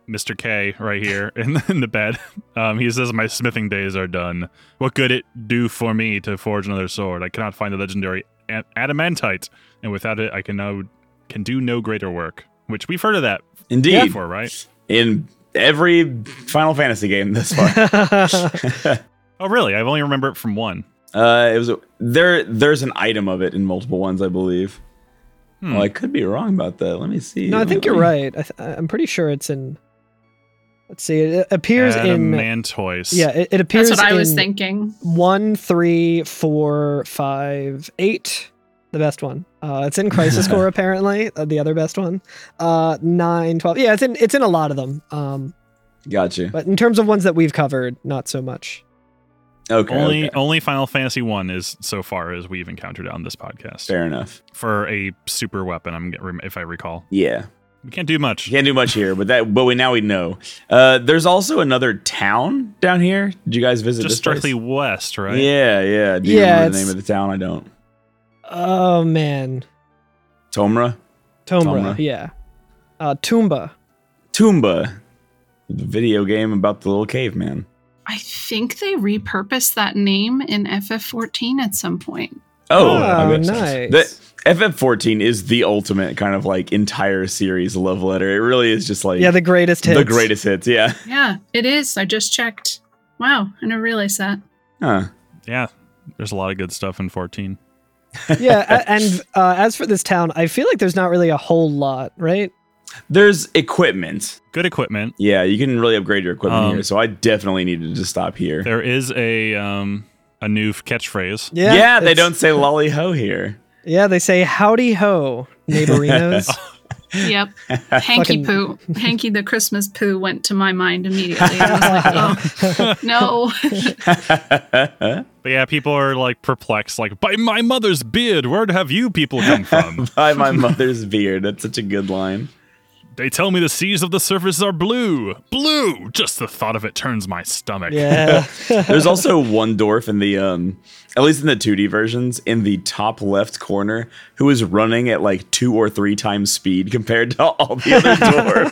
Mr. K right here in the, in the bed, um, he says, "My smithing days are done. What good it do for me to forge another sword? I cannot find the legendary a- adamantite, and without it, I can no can do no greater work." Which we've heard of that
Indeed.
before, right?
In every Final Fantasy game this far.
Oh, really? I've only remember it from one.
Uh, it was there. There's an item of it in multiple ones, I believe.
Hmm.
Well, I could be wrong about that. Let me see.
No, I
Let
think
me-
you're right. I th- I'm pretty sure it's in. Let's see. It appears in.
Adamantois.
Yeah, it, it appears
That's what I was
in
thinking.
One, three, four, five, eight. The best one. Uh, it's in Crisis Core apparently. Uh, the other best one. Uh, nine, twelve. Yeah, it's in. It's in a lot of them. Um,
Gotcha.
but in terms of ones that we've covered, not so much.
Okay.
Only
okay.
only Final Fantasy one is so far as we've encountered on this podcast
Fair enough.
for a super weapon. I'm getting- if I recall,
Yeah.
we can't do much.
Can't do much here, but that. But we now we know. Uh, there's also another town down here. Did you guys visit?
Just
this place?
strictly west, right?
Yeah, yeah. Do you
Yeah,
remember the
it's-
name of the town? I don't.
Oh man,
Tomra,
Tomra.
Tomra.
Yeah. Uh, Toomba.
Toomba, the video game about the little caveman.
I think they repurposed that name in FF14 at some point.
Oh,
Oh,
okay.
nice.
The- FF14 is the ultimate kind of like entire series love letter. It really is just like
Yeah, the greatest hits.
the greatest hits. Yeah.
Yeah, it is. I just checked. Wow, I never realized that.
Huh.
Yeah. There's a lot of good stuff in 14.
yeah, a- and uh, as for this town, I feel like there's not really a whole lot, right?
There's equipment.
Good equipment.
Yeah, you can really upgrade your equipment
Um,
here. So I definitely needed to stop here.
There is a um a new f- catchphrase.
Yeah, they
it's-
don't say lolly ho here.
Yeah, they say howdy ho, neighborinos.
Yep.
Fucking-
Hanky poo. Hanky the Christmas poo went to my mind immediately. I was like, oh, no.
But yeah, people are like perplexed, like by my mother's beard. Where have you people come from?
By my mother's beard. That's such a good line.
they tell me the seas of the surface are blue, blue. Just the thought of it turns my stomach.
yeah.
There's also one dwarf in the um at least in the 2D versions in the top left corner who is running at like two or three times speed compared to all the other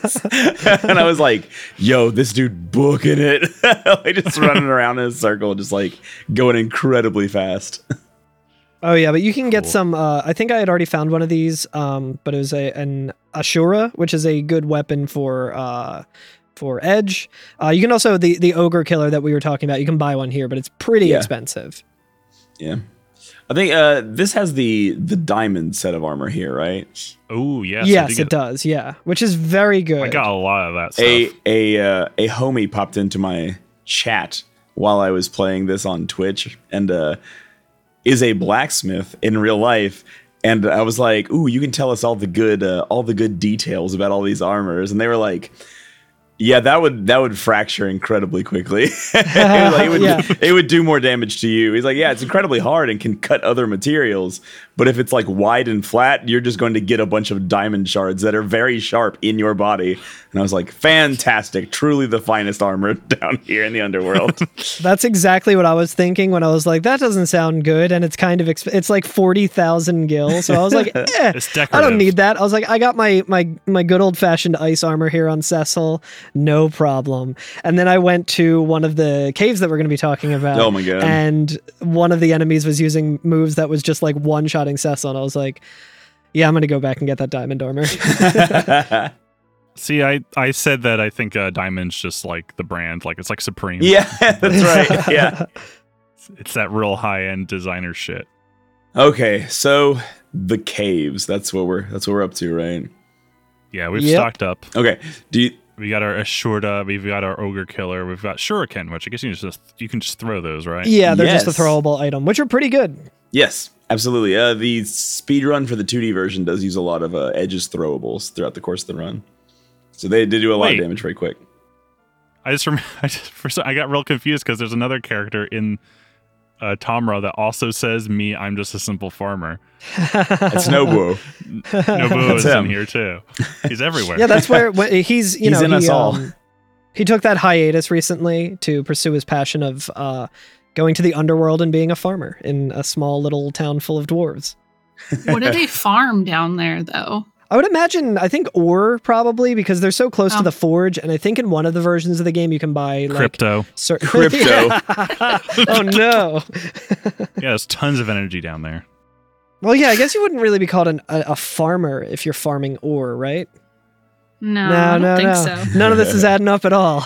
dwarves. and I was like, yo, this dude booking it. like just running around in a circle, just like going incredibly fast.
Oh yeah, but you can get
Cool.
some. Uh, I think I had already found one of these, um, but it was a an Ashura, which is a good weapon for uh, for edge. Uh, you can also the the ogre killer that we were talking about. You can buy one here, but it's pretty
Yeah.
expensive.
Yeah. I think uh this has the the diamond set of armor here, right?
Oh yes. I
yes,
did
it
get-
does. Yeah, which is very
Oh
good.
I got a lot of that stuff.
a a uh, a homie popped into my chat while I was playing this on Twitch and uh, is a blacksmith in real life. And I was like, "Ooh, you can tell us all the good, uh, all the good details about all these armors." And they were like, "Yeah, that would that would fracture incredibly quickly. Like, it, would,
Yeah.
it would do more damage to you." He's like, "Yeah, it's incredibly hard and can cut other materials, but if it's like wide and flat, you're just going to get a bunch of diamond shards that are very sharp in your body." And I was like, "Fantastic! Truly the finest armor down here in the underworld."
That's exactly what I was thinking when I was like, that doesn't sound good, and it's kind of exp- it's like forty thousand gil. So I was like, eh,
It's
I
decorative.
don't need that. I was like, I got my my my good old fashioned ice armor here on Cecil, no problem. And then I went to one of the caves that we're going to be talking about.
Oh my God.
And one of the enemies was using moves that was just like one shotting Cecil, and I was like. Yeah, I'm gonna go back and get that diamond armor.
See, I I said that I think uh, diamonds just like the brand, like it's like Supreme.
yeah, that's right. Yeah.
It's that real high end designer shit.
Okay, so the caves. That's what we're that's what we're up to, right?
Yeah, we've
Yep.
stocked up.
Okay. Do you
We got our Ashurda, we've got our Ogre Killer, we've got Shuriken, which I guess you can just you can just throw those, right?
yeah, they're just
Yes.
a throwable item, which are pretty good.
Yes, absolutely. Uh the speed run for the 2D version does use a lot of uh, edges throwables throughout the course of the run. So they did do a lot
Wait.
of damage very quick.
I just remember I, just, for, some- I got real confused because there's another character in uh, Tomra that also says me. I'm just a simple farmer.
It's Nobu.
Nobu is
him.
in here too. He's everywhere.
Yeah, that's where when, he's you
He's
know
in
he,
us all.
um, he took that hiatus recently to pursue his passion of uh, going to the underworld and being a farmer in a small little town full of dwarves.
What do they farm down there, though?
I would imagine I think ore probably because they're so close
Oh.
to the forge, and I think in one of the versions of the game you can buy like
Crypto.
cer-
Crypto.
oh no.
Yeah, there's tons of energy down there.
Well, yeah, I guess you wouldn't really be called an, a, a farmer if you're farming ore, right?
No, I don't
no,
think
no.
so.
None of this is adding up at all.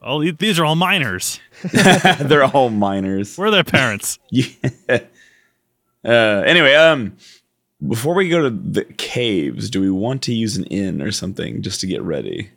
Oh, the- these are all miners.
They're all miners.
Where are their parents?
Yeah. Uh anyway, um before we go to the caves, do we want to use an inn or something just to get ready?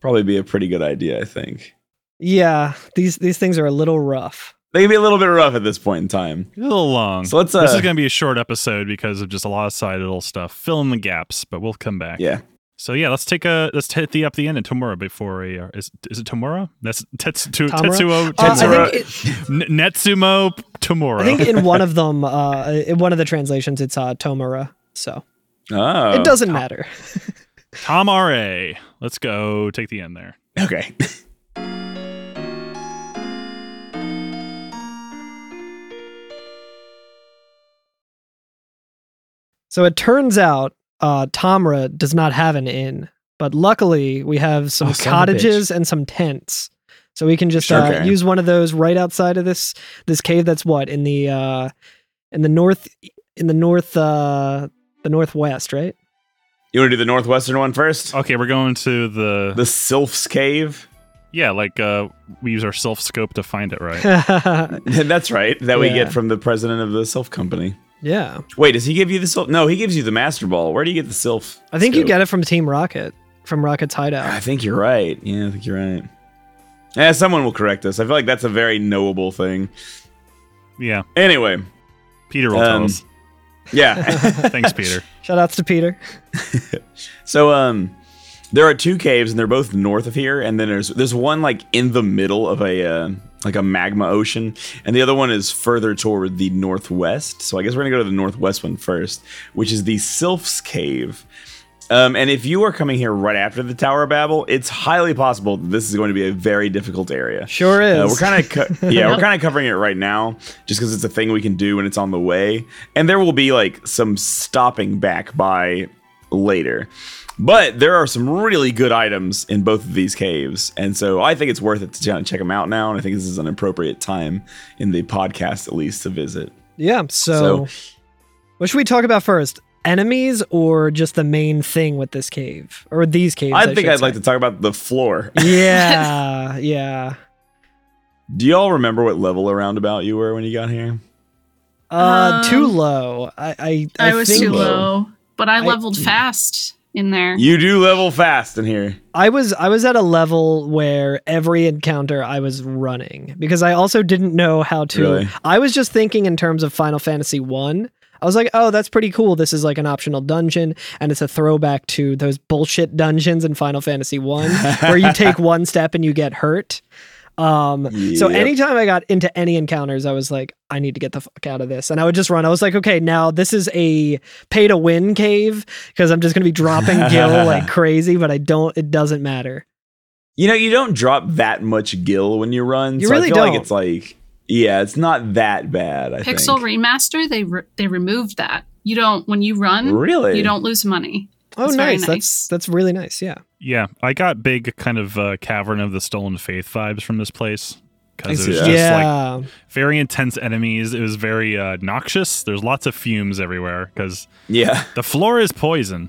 Probably be a pretty good idea, I think.
Yeah, these these things are a little rough.
they can be a little bit rough at this point in time.
A little long.
So let's,
this
uh,
is going to be a short episode because of just a lot of side little stuff. Fill in the gaps, but we'll come back.
Yeah.
So yeah, let's take a let's hit the up the end of Tomura before a uh, is is it Tomura? That's Tetsu
Tamura?
Tetsuo
Uh, I
Tetsuro-
think it-
N- Netsumo Tomura.
I think in one of them, uh, in one of the translations, it's uh, Tomura. So
Oh.
it doesn't matter.
Tamare. Let's go take the end there.
Okay.
So it turns out uh, Tomra does not have an inn, but luckily we have some
Oh, son of a
cottages and some tents, so we can just
Sure.
uh,
Okay.
use one of those right outside of this this cave. That's what in the uh, in the north in the north uh, the northwest, right?
You want to do the northwestern one first?
Okay, we're going to the,
The Sylph's Cave.
yeah, like uh we use our self scope to find it, right?
yeah,
That's right. That we
Yeah.
get from the president of the Sylph Company.
Yeah.
Wait, does he give you the sylph? No, he gives you the master ball. Where do you get the sylph?
I think you
scope?
get it from Team Rocket, from Rocket's
I
hideout.
think you're right. Yeah, I think you're right. Yeah, someone will correct us. I feel like that's a very knowable thing.
Yeah,
Anyway,
Peter will
Um,
tell us.
yeah.
Thanks, Peter.
Shout outs to Peter.
so um there are two caves and they're both north of here and then there's there's one like in the middle of a uh, like a magma ocean and the other one is further toward the northwest. So I guess we're going to go to the northwest one first, which is the Sylph's cave. Um, and if you are coming here right after the Tower of Babel, it's highly possible that this is going to be a very difficult area.
Sure is.
Uh, we're kind of co- yeah, we're kind of covering it right now, just because it's a thing we can do and it's on the way. And there will be like some stopping back by later, but there are some really good items in both of these caves, and so I think it's worth it to kind of check them out now. And I think this is an appropriate time in the podcast, at least, to visit.
yeah.
So-
So, what should we talk about first? Enemies or just the main thing with this cave or these caves?
I think I'd like to talk about the floor.
Yeah. yeah.
Do y'all remember what level around about you were when you got here?
Uh, too
Um,
low. I I,
I, was
think
too
so.
low, but I
I-
leveled fast in there.
You do level fast in here.
I was I was at a level where every encounter I was running because I also didn't know how to.
Really?
I was just thinking in terms of Final Fantasy One. I. was like, oh, that's pretty cool. This is like an optional dungeon, and it's a throwback to those bullshit dungeons in Final Fantasy One where you take one step and you get hurt. Um, so
Yep.
anytime I got into any encounters, I was like, I need to get the fuck out of this. And I would just run. I was like, okay, now this is a pay to win cave because I'm just going to be dropping Gil like crazy, but I don't, it doesn't matter.
You know, you don't drop that much gill when you run.
You
so
really
I feel
don't.
like it's like yeah, it's not that bad. I
Pixel
think.
remaster, they re- they removed that. You don't when you run,
really?
you don't lose money.
Oh,
That's very
nice. That's,
nice.
that's really nice. Yeah.
Yeah, I got big kind of uh, Cavern of the Stolen Faith vibes from this place because it
I
was
see
just
that.
like
yeah.
very intense enemies. It was very uh, noxious. There's lots of fumes everywhere because
Yeah,
the floor is poison.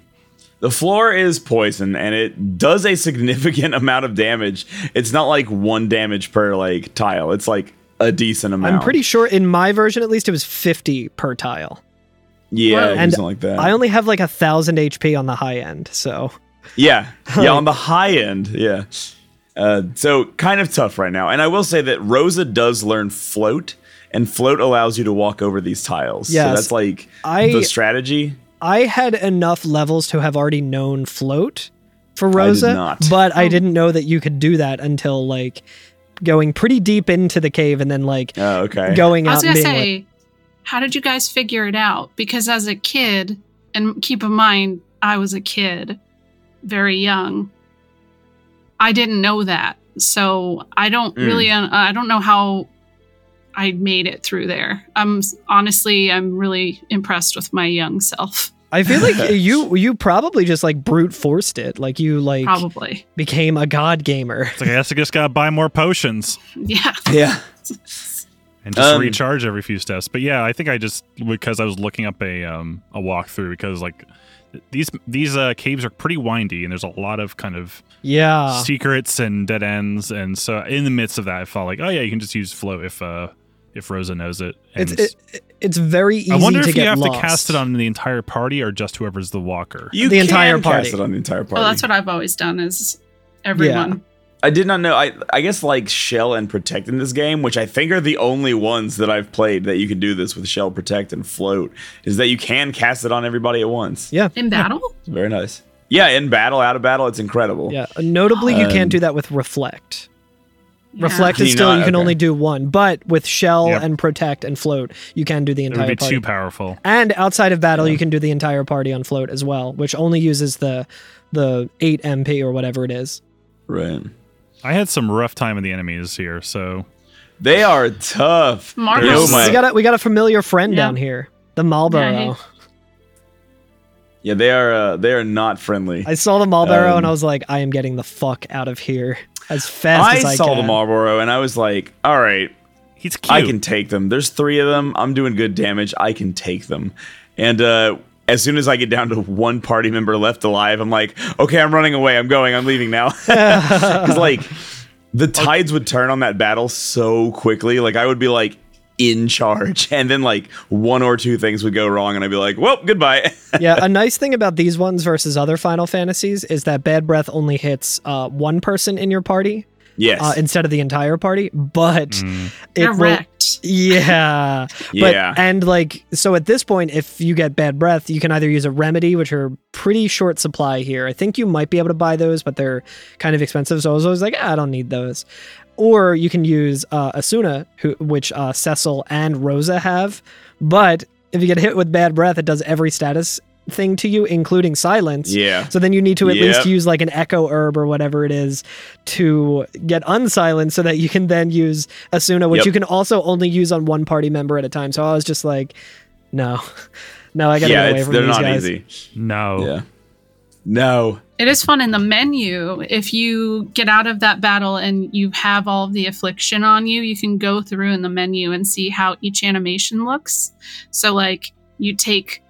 the floor is poison, and it does a significant amount of damage. It's not like one damage per like tile. It's like a decent amount.
I'm pretty sure in my version, at least, it was 50 per tile.
yeah,
And
something like that.
I only have like a thousand HP on the high end. So
Yeah. Yeah, on the high end. Yeah. Uh, so kind of tough right now. And I will say that Rosa does learn float, and float allows you to walk over these tiles. So
Yes.
that's like
I-
the strategy.
I had enough levels to have already known float for Rosa,
not.
but
Oh.
I didn't know that you could do that until like going pretty deep into the cave and then like
Oh, okay.
going
I
out
was
and
gonna
being
say,
like,
how did you guys figure it out? Because as a kid, and keep in mind, I was a kid, very young. I didn't know that, so I don't
Mm.
really, uh, I don't know how I made it through there. I'm honestly, I'm really impressed with my young self.
I feel like you you probably just like brute forced it, like you like
Probably,
became a god gamer.
It's like I guess I just gotta buy more potions
yeah.
Yeah.
and just
Um,
recharge every few steps. But yeah, I think I just because I was looking up a um a walkthrough because like these these uh, caves are pretty windy and there's a lot of kind of
Yeah,
secrets and dead ends and so in the midst of that I felt like oh yeah you can just use float if uh if Rosa knows it. And
it's it, it's very easy
I wonder
to
if you
get
have
lost.
to cast it on the entire party or just whoever's the walker.
You
The
can
entire
cast
party.
it on the entire party.
Well, Oh, that's what I've always done is everyone.
I did not know. I I guess like shell and protect in this game, which I think are the only ones that I've played that you can do this with shell, protect, and float. Is that you can cast it on everybody at once?
Yeah.
In battle?
It's very nice. Yeah, in battle, out of battle, it's incredible.
Yeah, notably you can't
Um,
do that with reflect.
Yeah.
Reflect
Can
is
you
still
not?
you can
Okay.
only do one, but with shell
Yep.
and protect and float, you can do the
It would
entire
be
party.
too powerful.
And outside of battle, you can do the entire party on float as well, which only uses the the eight MP or whatever it is.
Right.
I had some rough time with the enemies here, so
They are tough.
Marcus.
Oh
we
my-
got a, we got a familiar friend
Yeah.
down here, the Marlboro.
Yeah, he-
Yeah, they are. Uh, they are not friendly.
I saw the Marlboro
Um,
and I was like, I am getting the fuck out of here as fast
I,
as I
saw
can.
the Marlboro and I was like, "All right,
he's cute.
I can take them. There's three of them. I'm doing good damage. I can take them. And uh, as soon as I get down to one party member left alive, I'm like, okay, I'm running away. I'm going. I'm leaving now. Because like the tides would turn on that battle so quickly. Like I would be like in charge. And then like one or two things would go wrong, and I'd be like, well, goodbye.
yeah, a nice thing about these ones versus other Final Fantasies is that Bad Breath only hits uh, one person in your party
yes.
uh, instead of the entire party, but
Mm.
it will.
Correct.
Yeah. But,
yeah.
And like, so at this point, if you get bad breath, you can either use a remedy, which are pretty short supply here. I think you might be able to buy those, but they're kind of expensive. So I was always like, "Ah, I don't need those. Or you can use uh, Asuna, who, which uh, Cecil and Rosa have. But if you get hit with bad breath, it does every status thing to you, including silence.
yeah.
So then you need to at least
Yep.
use like an echo herb or whatever it is to get unsilenced so that you can then use Asuna, which
Yep.
you can also only use on one party member at a time. So I was just like, no. No, I gotta
Yeah,
get away
it's,
from
they're
these
not
guys. Oh.
easy.
No.
Yeah. No.
It is fun in the menu. If you get out of that battle and you have all of the affliction on you, you can go through in the menu and see how each animation looks. So, like, you take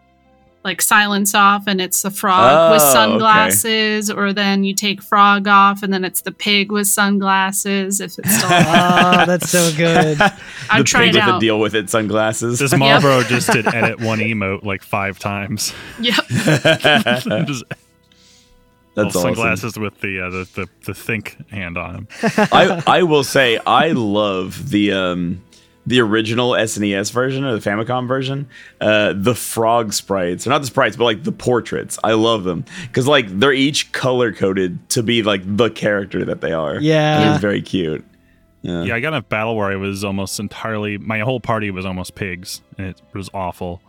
like silence off and it's the frog with
Oh, okay.
sunglasses, or then you take frog off and then it's the pig with sunglasses. If it's still, on.
Ah, that's so good.
I've
the
tried
pig with the
out.
deal with it sunglasses.
This Marlboro just did edit one emote like five times.
Yep.
That's
Just little
awesome.
sunglasses with the, uh, the the the think hand on them.
I, I will say I love the um the original SNES version or the Famicom version. Uh, the frog sprites, or not the sprites, but like the portraits. I love them because like they're each color coded to be like the character that they are.
Yeah.
it's very cute.
Yeah, I got in a battle where I was almost entirely my whole party was almost pigs, and it was awful.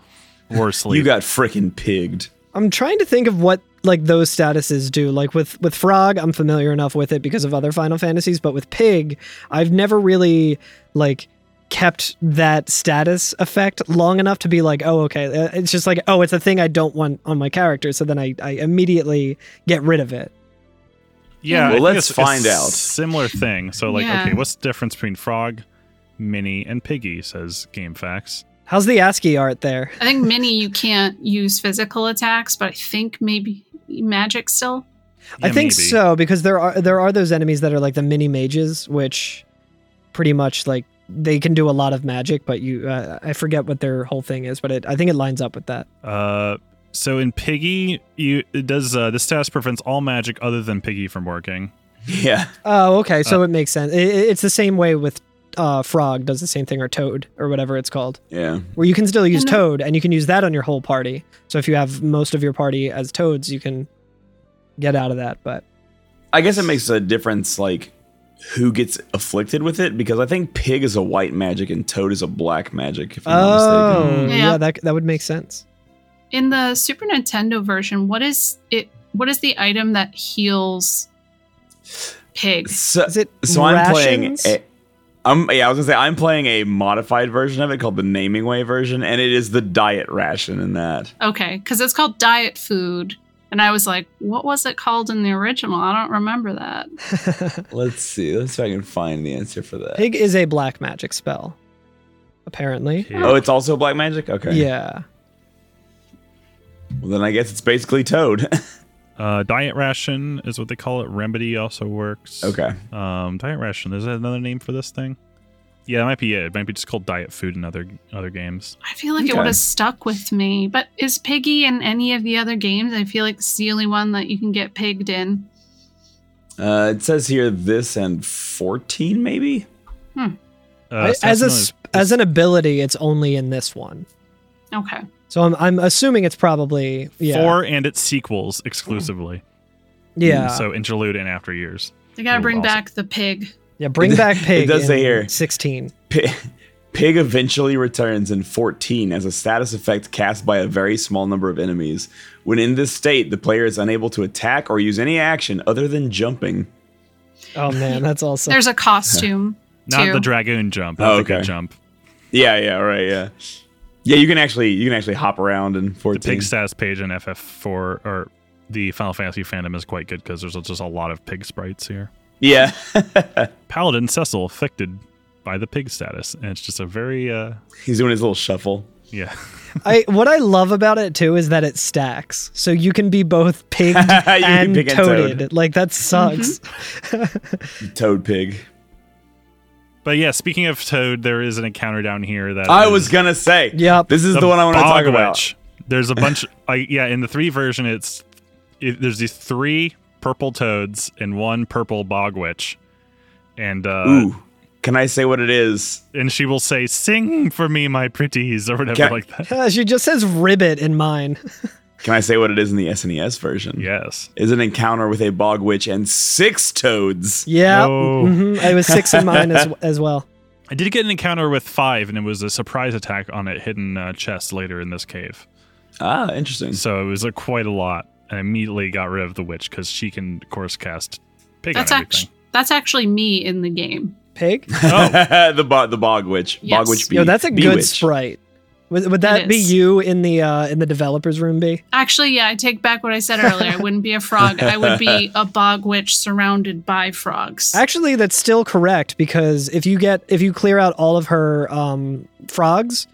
Worsely.
You got freaking pigged.
I'm trying to think of what like those statuses do. Like with with Frog, I'm familiar enough with it because of other Final Fantasies, but with Pig, I've never really like kept that status effect long enough to be like, oh, okay. Uh, It's just like, oh, it's a thing I don't want on my character, so then I, I immediately get rid of it.
yeah, I
Well,
think
let's
it's a
find out.
Similar thing. So like,
Yeah.
okay, what's the difference between frog, mini, and piggy? Says Game Facts.
How's the ASCII art there?
I think mini you can't use physical attacks, but I think maybe magic still.
I
Yeah,
think
maybe.
so because there are there are those enemies that are like the mini mages, which pretty much like they can do a lot of magic, but you uh, I forget what their whole thing is, but it, I think it lines up with that.
Uh, so in Piggy, you it does uh, this status prevents all magic other than Piggy from working.
Yeah,
Oh, okay.
Uh,
So it makes sense. I- I it's the same way with uh, Frog does the same thing, or Toad, or whatever it's called,
yeah.
where you can still use
And I-
Toad, and you can use that on your whole party. So if you have most of your party as Toads, you can get out of that. But
I guess it makes a difference, like who gets afflicted with it, because I think pig is a white magic and toad is a black magic. If I'm not mistaken.
oh,
mistaken.
yeah.
Yeah.
that that would make sense.
In the Super Nintendo version, what is it? What is the item that heals pigs?
So,
Is it
so
rations?
I'm playing. A, I'm yeah. I was gonna say I'm playing a modified version of it called the naming way version, and it is the diet ration in that.
Okay, because it's called diet food, and I was like, what was it called in the original? I don't remember that.
Let's see. Let's see if I can find the answer for that.
Pig is a black magic spell, apparently.
Oh, it's also black magic. Okay.
Yeah.
Well, then I guess it's basically toad.
Uh, diet ration is what they call it. Remedy also works.
okay.
Um, diet ration. Is that another name for this thing? Yeah, it might be it. It might be just called diet food in other other games.
I feel like it
Okay.
would have stuck with me. But is piggy in any of the other games? I feel like it's the only one that you can get pigged in.
Uh, it says here this and fourteen maybe.
Uh,
I-
stats
as a
and
s-
other-
as an ability, it's only in this one.
Okay,
So I'm I'm assuming it's probably yeah
four and its sequels exclusively. Mm,
yeah
Mm,
So interlude and after years.
they gotta
Ooh,
bring
awesome.
back the pig.
yeah. Bring back pig.
does say
in
here.
sixteen.
Pig, Pig eventually returns in 14 as a status effect cast by a very small number of enemies. When in this state, the player is unable to attack or use any action other than jumping.
Oh man, that's also
There's a costume.
Not
too.
the dragoon jump. That's
Oh,
a good
okay.
jump.
Yeah, yeah, right, yeah. Yeah, you can actually you can actually hop around in
The
14.
pig status page in FF4 or the Final Fantasy fandom is quite good because there's just a lot of pig sprites here.
yeah.
Paladin Cecil affected by the pig status, and it's just a very uh,
He's doing his little shuffle.
yeah.
I what I love about it too is that it stacks, so you can be both pigged
You can
and
pig and
toaded.
toad.
Like that sucks.
Toad pig.
But yeah, speaking of Toad, there is an encounter down here that
I
is
was gonna say.
Yep.
This is the, one I want to talk
bog
about.
witch. There's a bunch. I yeah, in the three version, it's it, there's these three purple toads and one purple bog witch, and uh,
Ooh, can I say what it is?
and she will say, "Sing for me, my pretties," or whatever
Can-
like that.
Gosh, it just says ribbit in mine.
Can I say what it is in the SNES version?
Yes.
is an encounter with a bog witch and six toads.
Yeah.
No.
hmm I was six in mine as, as well.
I did get an encounter with five, and it was a surprise attack on a hidden uh, chest later in this cave.
Ah, interesting.
So it was uh, quite a lot. I immediately got rid of the witch because she can, of course, cast pig
That's
on everything.
actually that's actually me in the game.
Pig?
the bo- the bog witch,
Yes.
bog witch bee.
Yo, that's a
bee
good
witch.
sprite. Would, would that be
is.
you in the uh, in the developers room, B?
Actually, yeah, I take back what I said earlier. I wouldn't be a frog. I would be a bog witch surrounded by frogs.
Actually, that's still correct because if you get if you clear out all of her um, frogs,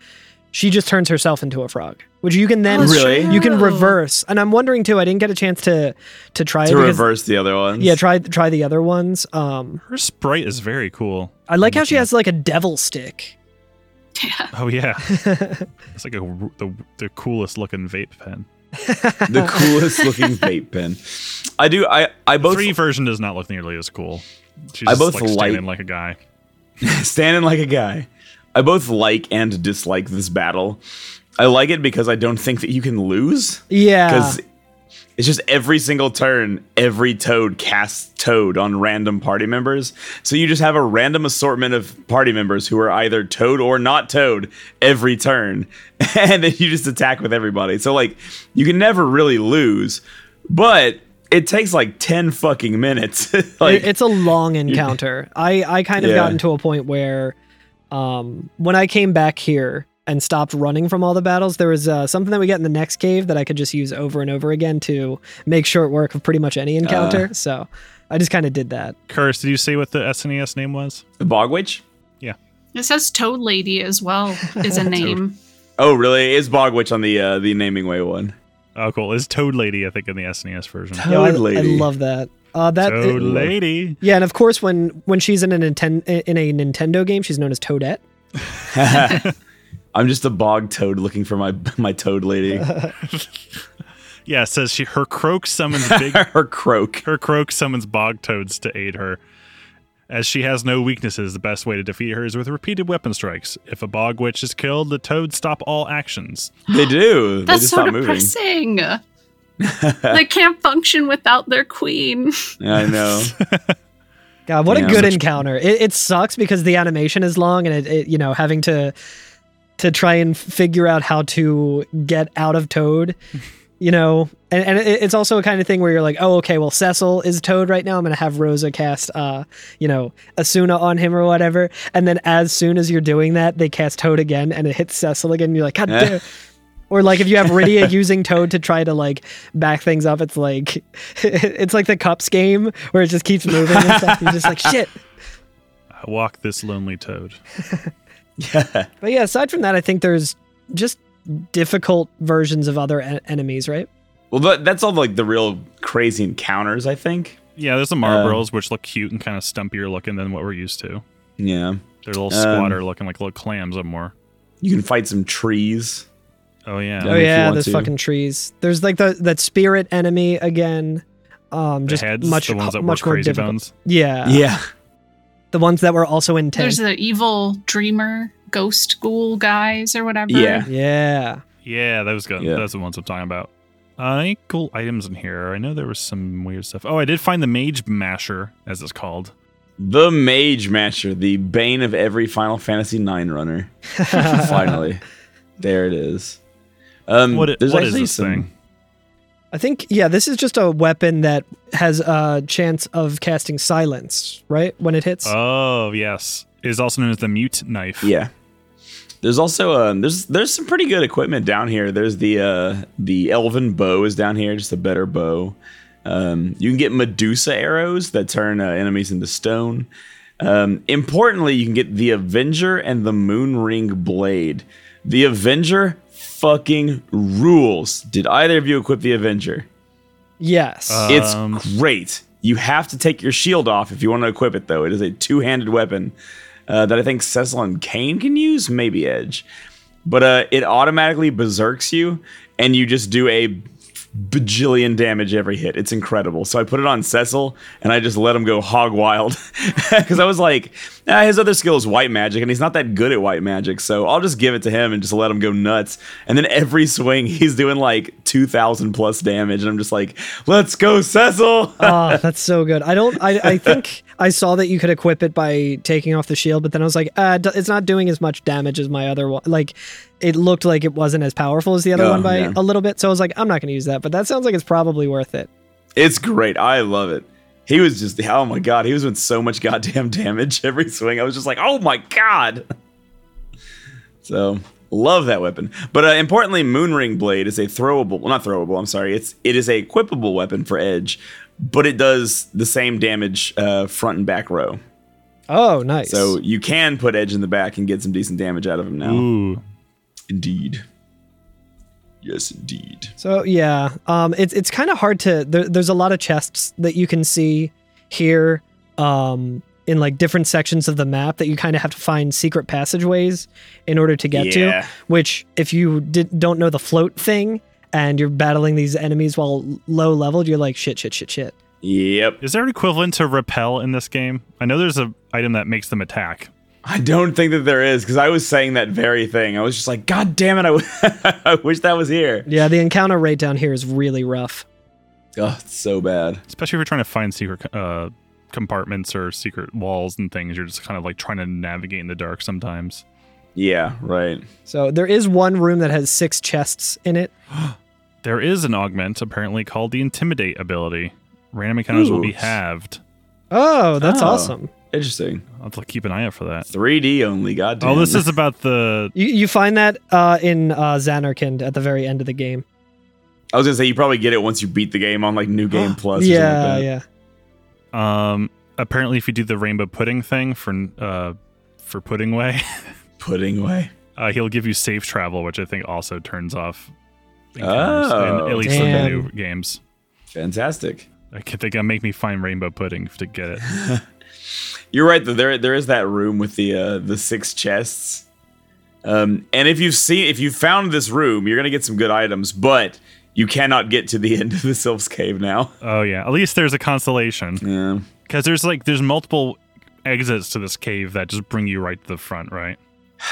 she just turns herself into a frog, which you can then
Oh, Really?
you can
true.
reverse. And I'm wondering too. I didn't get a chance to to try it
To
because
reverse the other ones.
yeah, try try the other ones. Um,
Her sprite is very cool.
I like how she has like a devil stick.
Yeah.
Oh yeah, it's like a, the the coolest looking vape pen.
the coolest looking vape pen. I do. I I both
Three version does not look nearly as cool. She's
I
just,
both
like standing
like-
like a guy.
standing like a guy. I both like and dislike this battle. I like it because I don't think that you can lose
Yeah,
because it's just every single turn, every toad casts toad on random party members. So you just have a random assortment of party members who are either toad or not toad every turn, and then you just attack with everybody. So like you can never really lose, but it takes like ten fucking minutes. like
It- it's a long encounter. I I kind of
Yeah.
gotten to a point where, um, when I came back here and stopped running from all the battles, there was uh, something that we got in the next cave that I could just use over and over again to make short work of pretty much any
Ah.
encounter. so I just kind of did that.
Curse, did you see what the SNES name was?
the bog witch.
It says Toad Lady as well is a name.
Oh really? Is bog witch on the uh, the naming way one?
Oh, cool. It's Toad Lady, I think, in the SNES version.
Toad
Yo, Oh, I, I
lady.
love that. Uh, that
it-
Toad Lady.
yeah, and of course when when she's in a Nintendo in a Nintendo game, she's known as Toadette.
I'm just a bog toad looking for my my toad lady.
Yeah, it says she her croak summons big
Her croak.
her croak summons bog toads to aid her. As she has no weaknesses, the best way to defeat her is with repeated weapon strikes. If a bog witch is killed, the toads stop all actions.
They do. they
That's
just
so
stop
depressing. they can't function without their queen.
moving. I know.
God, what
Yeah.
a good
Such-
encounter! It, it sucks because the animation is long, and it, it you know having to to try and figure out how to get out of Toad, you know, and, and it, it's also a kind of thing where you're like, oh, okay, well Cecil is Toad right now. I'm gonna have Rosa cast, uh, you know, Asuna on him or whatever, and then as soon as you're doing that, they cast Toad again, and it hits Cecil again. And you're like, God damn. Or like if you have Rydia using Toad to try to like back things up, it's like it's like the cups game where it just keeps moving and stuff. You're just like shit.
I walk this lonely toad.
yeah.
But yeah, aside from that, I think there's just difficult versions of other en- enemies, right?
Well, that, that's all like the real crazy encounters. I think.
Yeah, there's the
Um,
Marlboros, which look cute and kind of stumpier looking than what we're used to.
Yeah.
They're little
Um,
squatter looking, like little clams or more.
You can fight some trees.
Oh yeah,
Yeah,
oh
if you
yeah,
want
there's
to.
fucking trees. There's like the that spirit enemy again. Um,
the
just
heads,
much
the ones that
much
were
more
crazy
difficult.
bones.
Yeah,
yeah.
the ones that were also in
There's
tent.
the evil dreamer, ghost ghoul guys or whatever.
Yeah.
yeah,
Yeah, those guns.
Yeah.
That's the ones I'm talking about. Uh, any cool items in here? I know there was some weird stuff. Oh, I did find the Mage Masher, as it's called.
The Mage Master, the bane of every Final Fantasy IX runner. Finally, there it is. Um,
What, i-
there's
what is
actually
this
some-
thing?
I think yeah, this is just a weapon that has a chance of casting silence, right? When it hits.
Oh yes, it is also known as the Mute Knife.
Yeah. There's also um there's there's some pretty good equipment down here. There's the uh the elven bow is down here, just a better bow. Um, you can get Medusa arrows that turn uh, enemies into stone. Um, importantly, you can get the Avenger and the Moonring blade. The Avenger fucking rules. Did either of you equip the Avenger?
yes.
Uh, Um,
It's great. You have to take your shield off if you want to equip it, though. It is a two handed weapon. uh, that I think Cecil and Kane can use, maybe Edge. But uh, it automatically berserks you, and you just do a bajillion damage every hit. It's incredible. So I put it on Cecil, and I just let him go hog wild because I was like, nah, his other skill is white magic, and he's not that good at white magic. So I'll just give it to him and just let him go nuts. And then every swing, he's doing like two thousand plus damage, and I'm just like, let's go, Cecil.
oh, that's so good. I don't. I, I think I saw that you could equip it by taking off the shield, but then I was like, uh, d- it's not doing as much damage as my other one. Like, it looked like it wasn't as powerful as the other
Oh,
one by
yeah.
a little bit. So I was like, I'm not going to use that. But that sounds like it's probably worth it.
It's great. I love it. He was just, oh my God, he was doing so much goddamn damage every swing. I was just like, oh my God. So, love that weapon. But uh, importantly, Moonring Blade is a throwable, well, not throwable, I'm sorry. It's, it is a equipable weapon for Edge, but it does the same damage uh, front and back row.
Oh, nice.
So, you can put Edge in the back and get some decent damage out of him now.
Ooh.
Indeed. Yes, indeed.
So yeah, um, it's it's kind of hard to. There, there's a lot of chests that you can see here, um, in like different sections of the map that you kind of have to find secret passageways in order to get
Yeah.
to. Which, if you did, don't know the float thing and you're battling these enemies while low leveled, you're like shit, shit, shit, shit.
Yep.
Is there an equivalent to repel in this game? I know there's a item that makes them attack.
I don't think that there is because I was saying that very thing. I was just like, God damn it! I, w- I wish that was here.
Yeah, the encounter rate down here is really rough.
Oh, it's so bad.
especially if you're trying to find secret uh, compartments or secret walls and things. You're just kind of like trying to navigate in the dark sometimes.
Yeah, right.
So there is one room that has six chests in it.
There is an augment apparently called the Intimidate ability. Random encounters will be
Ooh.
halved.
Oh, that's
Oh.
awesome.
Interesting.
I'll have to keep an eye out for that.
3D only. God damn.
Oh, this is about the.
You, you find that uh, in uh, Xanarkand at the very end of the game.
I was gonna say you probably get it once you beat the game on like New Game Plus. Or something
yeah,
like that.
yeah.
Um, apparently, if you do the rainbow pudding thing for uh, for pudding way,
Pudding away.
uh, he'll give you safe travel, which I think also turns off. encounters in, at
Oh,
least in the
damn.
new games.
Fantastic.
I think they gotta make me find rainbow pudding to get it.
You're right. Though there there is that room with the uh, the six chests. Um, and if you've seen if you found this room, you're gonna get some good items, but you cannot get to the end of the Sylph's Cave now.
Oh yeah, at least there's a consolation
Yeah.
because there's like there's multiple exits to this cave that just bring you right to the front, right?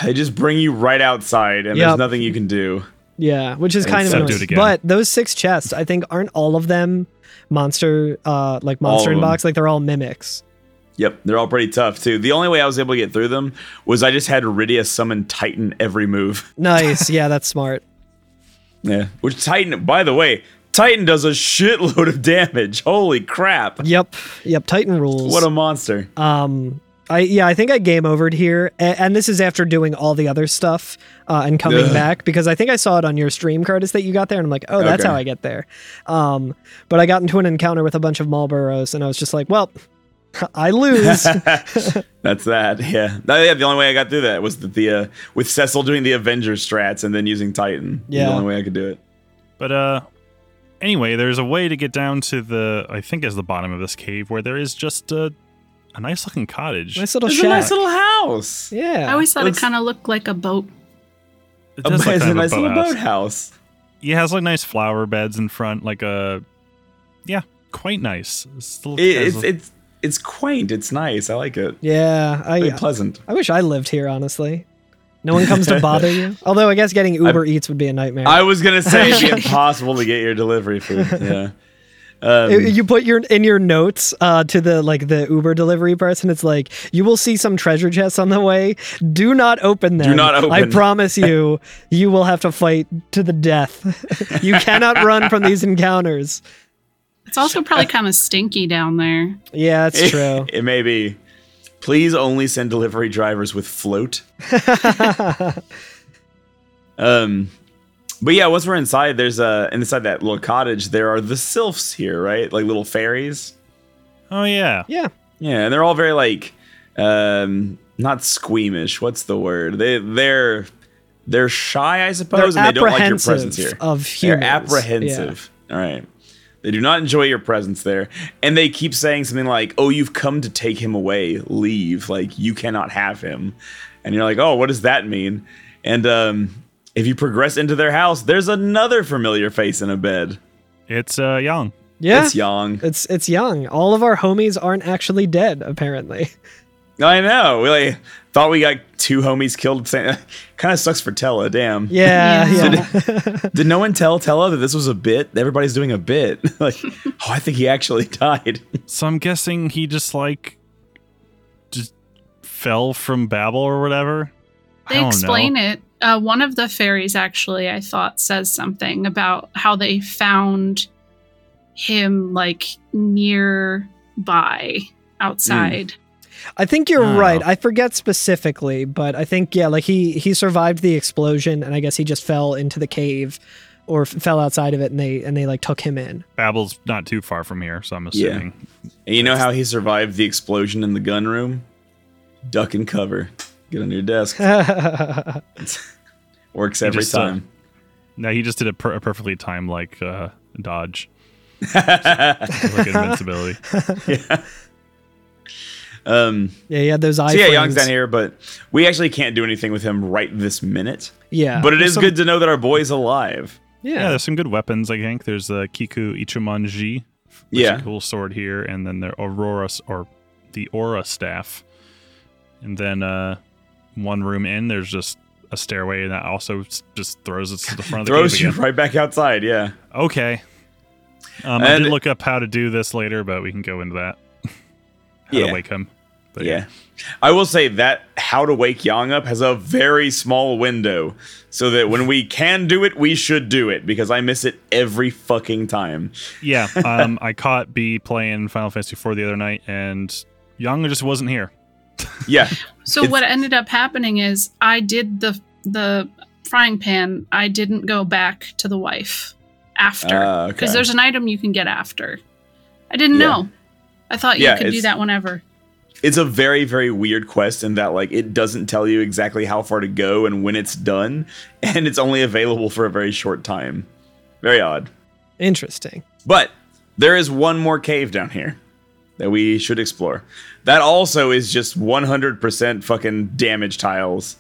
They just bring you right outside, and
Yep.
there's nothing you can do.
Yeah, which is
And
kind of
except do
annoying.
it again.
But those six chests, I think, aren't all of them monster, uh, like monster
of
in
them.
box. Like they're all mimics.
Yep, they're all pretty tough too. The only way I was able to get through them was I just had Iridia summon Titan every move.
Nice. yeah, that's smart.
Yeah, which Titan, by the way, Titan does a shitload of damage. Holy crap!
Yep. Yep. Titan rules.
What a monster!
um. I yeah. I think I game overed here, and, and this is after doing all the other stuff uh, and coming
Ugh.
back because I think I saw it on your stream, Curtis, that you got there, and I'm like, oh, that's
Okay.
how I get there. Um. But I got into an encounter with a bunch of Marlboros, and I was just like, well, I lose.
That's that. Yeah, No, yeah. The only way I got through that was that the uh, with Cecil doing the Avenger strats and then using Titan.
Yeah.
the only way I could do it.
But uh, anyway, there's a way to get down to the I think is the bottom of this cave where there is just a, a nice looking cottage.
nice little
It's
shack.
a nice little house.
yeah.
I always thought
Let's-
it kind of looked like a boat.
It
A-
does look
it's
kind
a
of
nice little
boathouse.
boathouse.
Yeah, It has like nice flower beds in front, like a yeah, quite nice. It's, little,
It,
has
it's
a-
it's it's quaint. It's nice. I like it.
yeah. I
Very pleasant.
I wish I lived here, honestly. No one comes to bother you. Although I guess getting Uber Eats would be a nightmare.
I was gonna say it'd be impossible to get your delivery food. Yeah. Um,
You- you put your in your notes uh, to the like the Uber delivery person. It's like you will see some treasure chests on the way. Do not open them.
not open.
I promise you, you will have to fight to the death. you cannot run from these encounters.
It's also probably kind of stinky down there.
Yeah, that's true.
It, may be. Please only send delivery drivers with float. um, but yeah, once we're inside, there's a inside that little cottage. There are the sylphs here, right? Like little fairies.
oh yeah,
Yeah,
Yeah, and they're all very like, um, not squeamish. What's the word? They they're they're shy, I
they're
suppose, and they don't like your presence
apprehensive
here.
of
They're
humans. Yeah.
apprehensive. All right. They do not enjoy your presence there. And they keep saying something like, Oh, you've come to take him away. Leave. Like, you cannot have him. And you're like, Oh, what does that mean? And um, if you progress into their house, there's another familiar face in a bed.
It's uh, Yang.
Yeah.
It's Yang.
It's it's young. All of our homies aren't actually dead, apparently.
I know. We like, thought we got two homies killed. kind of sucks for Tella. Damn.
Yeah,
Yeah.
yeah.
Did no one tell Tella that this was a bit? Everybody's doing a bit. like, oh, I think he actually died.
So I'm guessing he just like just fell from Babel or whatever. I
They
don't
explain
know.
it. Uh, one of the fairies actually, I thought, says something about how they found him like nearby outside.
Hmm.
I think you're
Oh.
right. I forget specifically, but I think yeah, like he he survived the explosion, and I guess he just fell into the cave, or f- fell outside of it, and they and they like took him in.
Babel's not too far from here, so I'm
Yeah.
assuming.
And you know how he survived the explosion in the gun room? Duck and cover. Get under your desk. Works every
just, uh,
time.
No, he just did a, per- a perfectly timed like uh, dodge. With, like invincibility.
um,
yeah, he had those eyes.
so yeah, Young's down here, but we actually can't do anything with him right this minute.
Yeah,
But it
There's
is
some-
good to know that our boy's alive.
Yeah,
yeah,
there's some good weapons. I think there's the Kiku Ichimonji, which
Yeah.
is a cool sword here, and then the Aurora s- or the Aura staff, and then uh, one room in there's just a stairway that also s- just throws us to the front of the
Throws
cave
you
again.
right back outside, yeah.
Okay. Um, I
And-
did look up how to do this later, but we can go into that. how
Yeah.
to wake him. But
Yeah. I will say that how to wake Yang up has a very small window, so that when we can do it, we should do it because I miss it every fucking time.
Yeah, um, I caught B playing Final Fantasy IV the other night, and Young just wasn't here.
Yeah,
So
It's-
what ended up happening is I did the the frying pan. I didn't go back to the wife after
Ah,
because
okay.
there's an item you can get after. I didn't
Yeah.
know. I thought you
Yeah,
could do
it's-
that whenever.
it's a very very weird quest in that like it doesn't tell you exactly how far to go and when it's done, and it's only available for a very short time. Very odd.
interesting.
But there is one more cave down here that we should explore. That also is just 100% fucking damage tiles.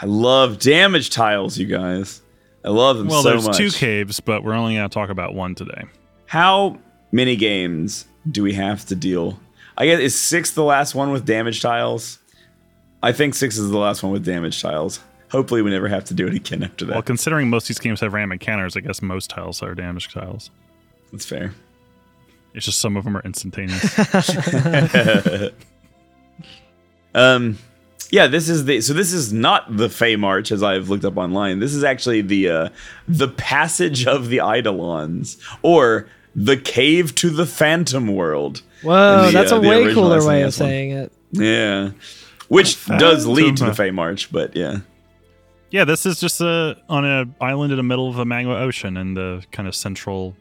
I love damage tiles, you guys. I love them
Well,
so
there's
much.
two caves, but we're only going to talk about one today.
How many games do we have to deal? I guess is six the last one with damage tiles? I think six is the last one with damage tiles. Hopefully, we never have to do it again after that.
Well, considering most of these games have random encounters, I guess most tiles are damage tiles.
That's fair.
It's just some of them are instantaneous.
Um, yeah, this is the so this is not the Fey March as I've looked up online. This is actually the uh, the passage of the Eidolons or the cave to the Phantom World.
Whoa,
the,
that's
uh,
a
the
way
original
cooler way of
SNES one.
saying it.
Yeah, which does lead to the
Phantom.
Fey March, but yeah,
yeah, this is just uh on an island in the middle of the Mango Ocean in the kind of central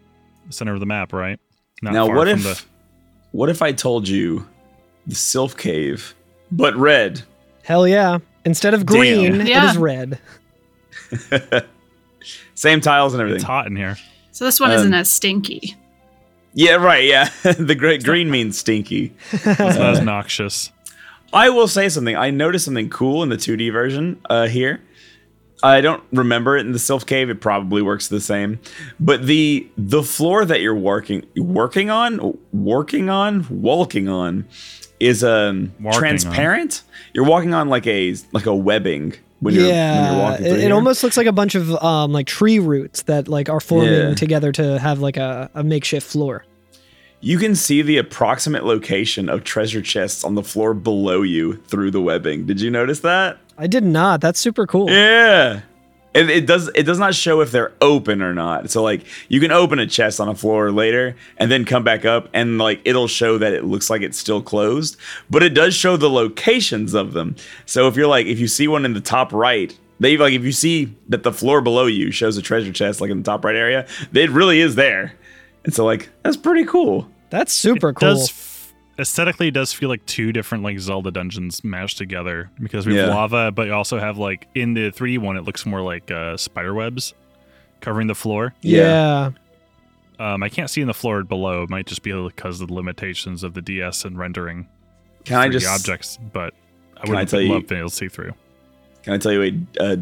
center of the map, right? Not
Now,
far
what
from
if-
the-
what if I told you the Sylph Cave, but red?
Hell yeah! Instead of green, it
Yeah.
is red.
Same tiles and
it's
everything.
hot in here?
So this one
Um,
isn't as stinky.
Yeah, right. Yeah, the great green means stinky.
It's not as noxious.
I will say something. I noticed something cool in the 2D version uh, here. I don't remember it in the Sylph Cave. It probably works the same, but the the floor that you're working working on, working on, walking on, is um
Walking on.
transparent. You're walking on like a like a webbing when you're when you're
yeah,
walking through
it, it
here.
almost looks like a bunch of um like tree roots that like are forming
Yeah.
together to have like a, a makeshift floor.
You can see the approximate location of treasure chests on the floor below you through the webbing. Did you notice that?
I did not. That's super cool.
Yeah. It, it does it does not show if they're open or not. So like you can open a chest on a floor later and then come back up and like it'll show that it looks like it's still closed, but it does show the locations of them. So if you're like if you see one in the top right, they like if you see that the floor below you shows a treasure chest like in the top right area, it really is there. And so like that's pretty cool.
That's super cool.
Does f- aesthetically it does feel like two different like Zelda dungeons mashed together because we have
Yeah.
lava, but you also have like in the 3D one it looks more like uh, spider webs covering the floor.
yeah.
Um, I can't see in the floor below. It might just be because of the limitations of the DS and rendering
Can I
3D
just
objects, but I
Can I
would
tell you-
love being able to see through.
Can I tell you a, a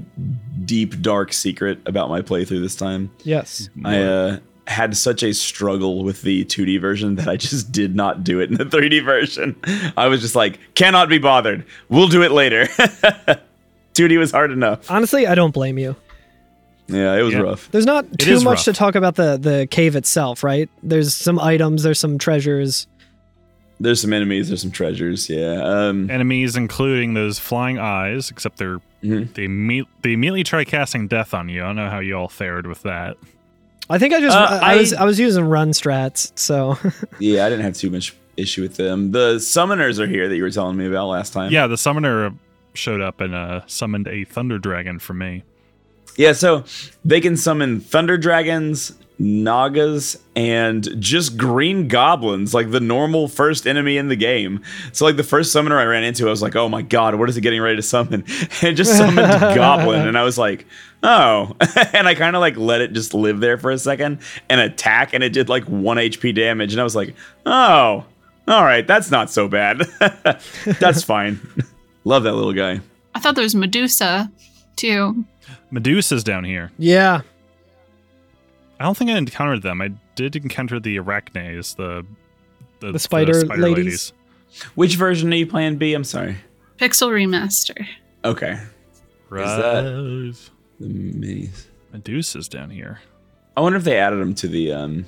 deep dark secret about my playthrough this time?
Yes.
I uh, had such a struggle with the 2D version that I just did not do it in the 3D version. I was just like, cannot be bothered. We'll do it later. 2D was hard enough.
Honestly, I don't blame you.
Yeah, it was
Yeah.
rough.
There's not too
is
much
rough.
to talk about the the cave itself, right? There's some items, there's some treasures.
There's some enemies. There's some treasures. Yeah. Um,
Enemies, including those flying eyes, except they're
Mhm.
they imme- they immediately try casting death on you. I don't know how you all fared with that.
I think I just
Uh,
I, I was
I-
I was using run strats, so
yeah, I didn't have too much issue with them. The summoners are here that you were telling me about last time.
Yeah, the summoner showed up and uh, summoned a thunder dragon for me.
Yeah, so they can summon thunder dragons, nagas, and just green goblins, like the normal first enemy in the game. So, like the first summoner I ran into, I was like, "Oh my god, what is it getting ready to summon?" And it just summoned goblin, and I was like, "Oh," and I kind of like let it just live there for a second and attack, and it did like one HP damage, and I was like, "Oh, all right, that's not so bad. that's fine." Love that little guy.
I thought there was Medusa too.
Medusa's down here.
yeah.
I don't think I encountered them. I did encounter the arachnes, the the,
spider ladies?
Which version are you playing? B. I'm sorry.
Pixel remaster.
Okay. that-
Rise.
The minis.
Medusa's down here.
I wonder if they added them to the um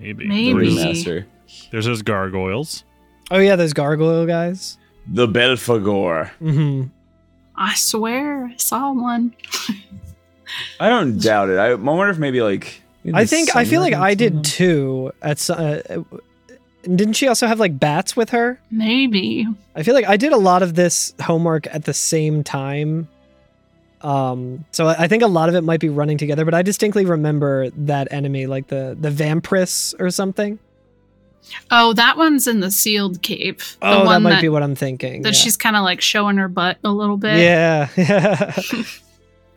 Maybe.
the
Maybe.
remaster.
There's those gargoyles.
Oh yeah, those gargoyle guys.
The Belfagor.
Mm-hmm.
I swear I saw one.
I don't doubt it. I, I wonder if maybe like
I think I feel like I did too. At so- uh, didn't she also have like bats with her?
Maybe.
I feel like I did a lot of this homework at the same time. Um, so I I think a lot of it might be running together, but I distinctly remember that enemy, like the the vampress or something.
Oh, that one's in the sealed cave. The
Oh, that
one
might
that,
be what I'm thinking.
that
yeah.
she's kind of like showing her butt a little bit.
yeah.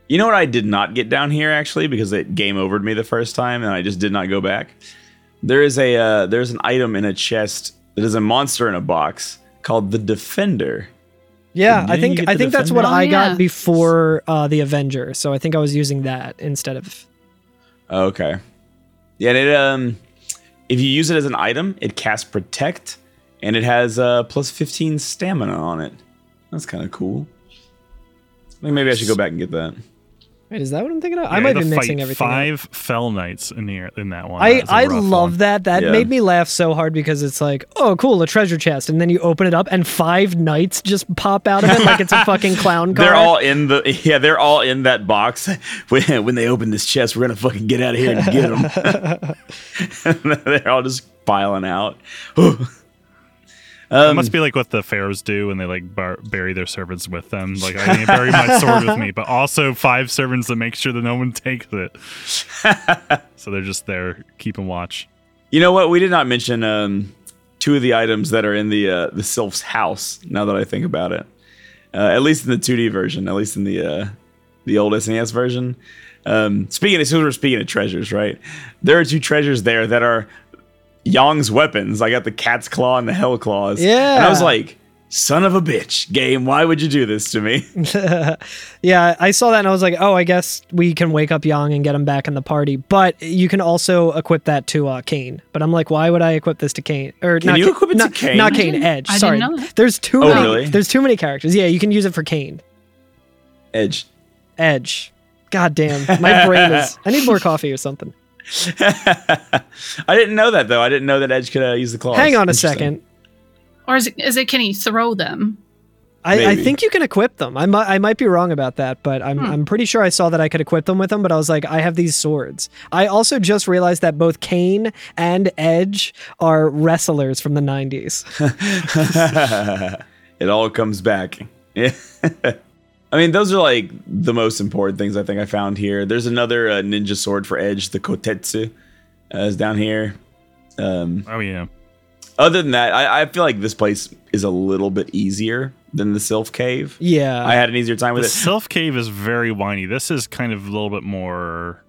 You know what I did not get down here actually because it game overed me the first time and I just did not go back. There is a uh, there's an item in a chest that is a monster in a box called the Defender.
yeah,
Didn't
I
you
think
get
I
the
think that's what
Defender?
I
Oh, yeah.
got before uh, the Avenger. So I think I was using that instead of
Okay. Yeah, and it um if you use it as an item, it casts protect and it has uh plus 15 stamina on it. That's kind of cool. I think maybe I should go back and get that.
Wait, is that what I'm thinking of? I
Yeah,
might
had
be
to
mixing
fight
everything. up.
Five fell knights in here in that one.
I,
That was a
I
rough
love
one.
that. That
Yeah.
made me laugh so hard because it's like, oh, cool, a treasure chest. And then you open it up and five knights just pop out of it like it's a fucking clown car.
They're all in the yeah, they're all in that box. When, when they open this chest, we're gonna fucking get out of here and get them. they're all just piling out. Oh,
It
Um,
must be like what the pharaohs do when they like bar- bury their servants with them. Like I need to bury my sword with me, but also five servants to make sure that no one takes it. so they're just there keeping watch.
You know what? We did not mention um, two of the items that are in the uh, the sylph's house. Now that I think about it, uh, at least in the 2D version, at least in the uh, the old SNES version. Um, speaking of, since we're speaking of treasures, right? There are two treasures there that are Yong's weapons. I got the cat's claw and the hell claws. and I was
Yeah.
like, son of a bitch, game. Why would you do this to me?
yeah, I saw that and I was like, oh, I guess we can wake up Yang and get him back in the party. But you can also equip that to uh, Kane. But I'm like, why would I equip this to Kane? Or not
you
Ca-
equip it to
not,
Kane?
Not
I
Kane,
didn't-
Edge.
I didn't
Sorry.
know that.
There's too
Oh,
many
really?
there's too many characters. Yeah, you can use it for Kane.
Edge.
Edge. God damn. My brain is I need more coffee or something.
I didn't know that though. I didn't know that Edge could uh, use the claws.
Hang on a
Interesting.
second.
Or is it, is it can he throw them?
I, I
Maybe.
think you can equip them. I, mi- I might be wrong about that, but I'm, I'm pretty sure I saw that I could equip them with them, but I was like, I have these swords. I also just realized that both Kane and Edge are wrestlers from the 90s.
it all comes back. Yeah. I mean, those are like the most important things I think I found here. There's another uh, ninja sword for Edge, the Kotetsu, uh, is down here. Um,
Oh yeah,
other than that, I, I feel like this place is a little bit easier than the Sylph Cave.
Yeah.
I had an easier time with
the
it.
self cave is very whiny. This is kind of a little bit more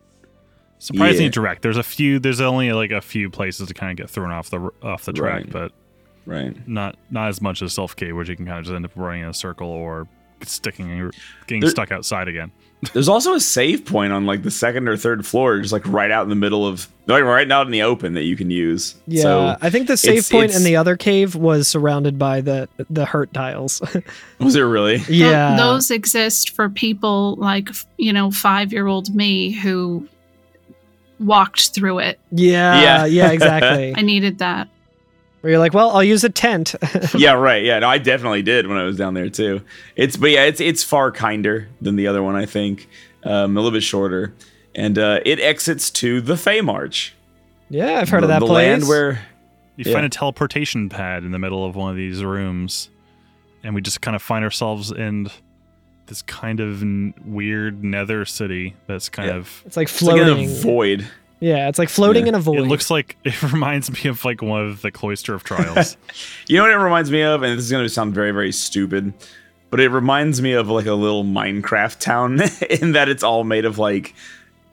surprisingly
Yeah.
direct. There's a few. There's only like a few places to kind of get thrown off the off the track,
Right.
but
Right.
not not as much as self K, which you can kind of just end up running in a circle or sticking getting
There-
stuck outside again.
There's also a save point on like the second or third floor, just like right out in the middle of, like right out in the open that you can use.
Yeah,
So,
I think the save
it's-
point
it's-
in the other cave was surrounded by the the hurt tiles.
was it really?
Th-
yeah,
those exist for people like, f- you know, five year old me who walked through it.
yeah,
Yeah.
yeah, exactly.
I needed that.
Where you're like, well, I'll use a tent.
yeah, right. Yeah, no, I definitely did when I was down there too. It's but yeah, it's it's far kinder than the other one, I think. Um, a little bit shorter, and uh, it exits to the Fey March.
yeah, I've heard
the,
of that
the
place.
land where
You
Yeah.
find a teleportation pad in the middle of one of these rooms, and we just kind of find ourselves in this kind of n- weird nether city that's kind
Yeah.
of.
it's like
it's like in
floating.
a void.
yeah, it's like floating
Yeah.
in a void.
It looks like it reminds me of like one of the cloister of trials.
You know what it reminds me of, and this is gonna sound very very stupid, but it reminds me of like a little Minecraft town in that it's all made of like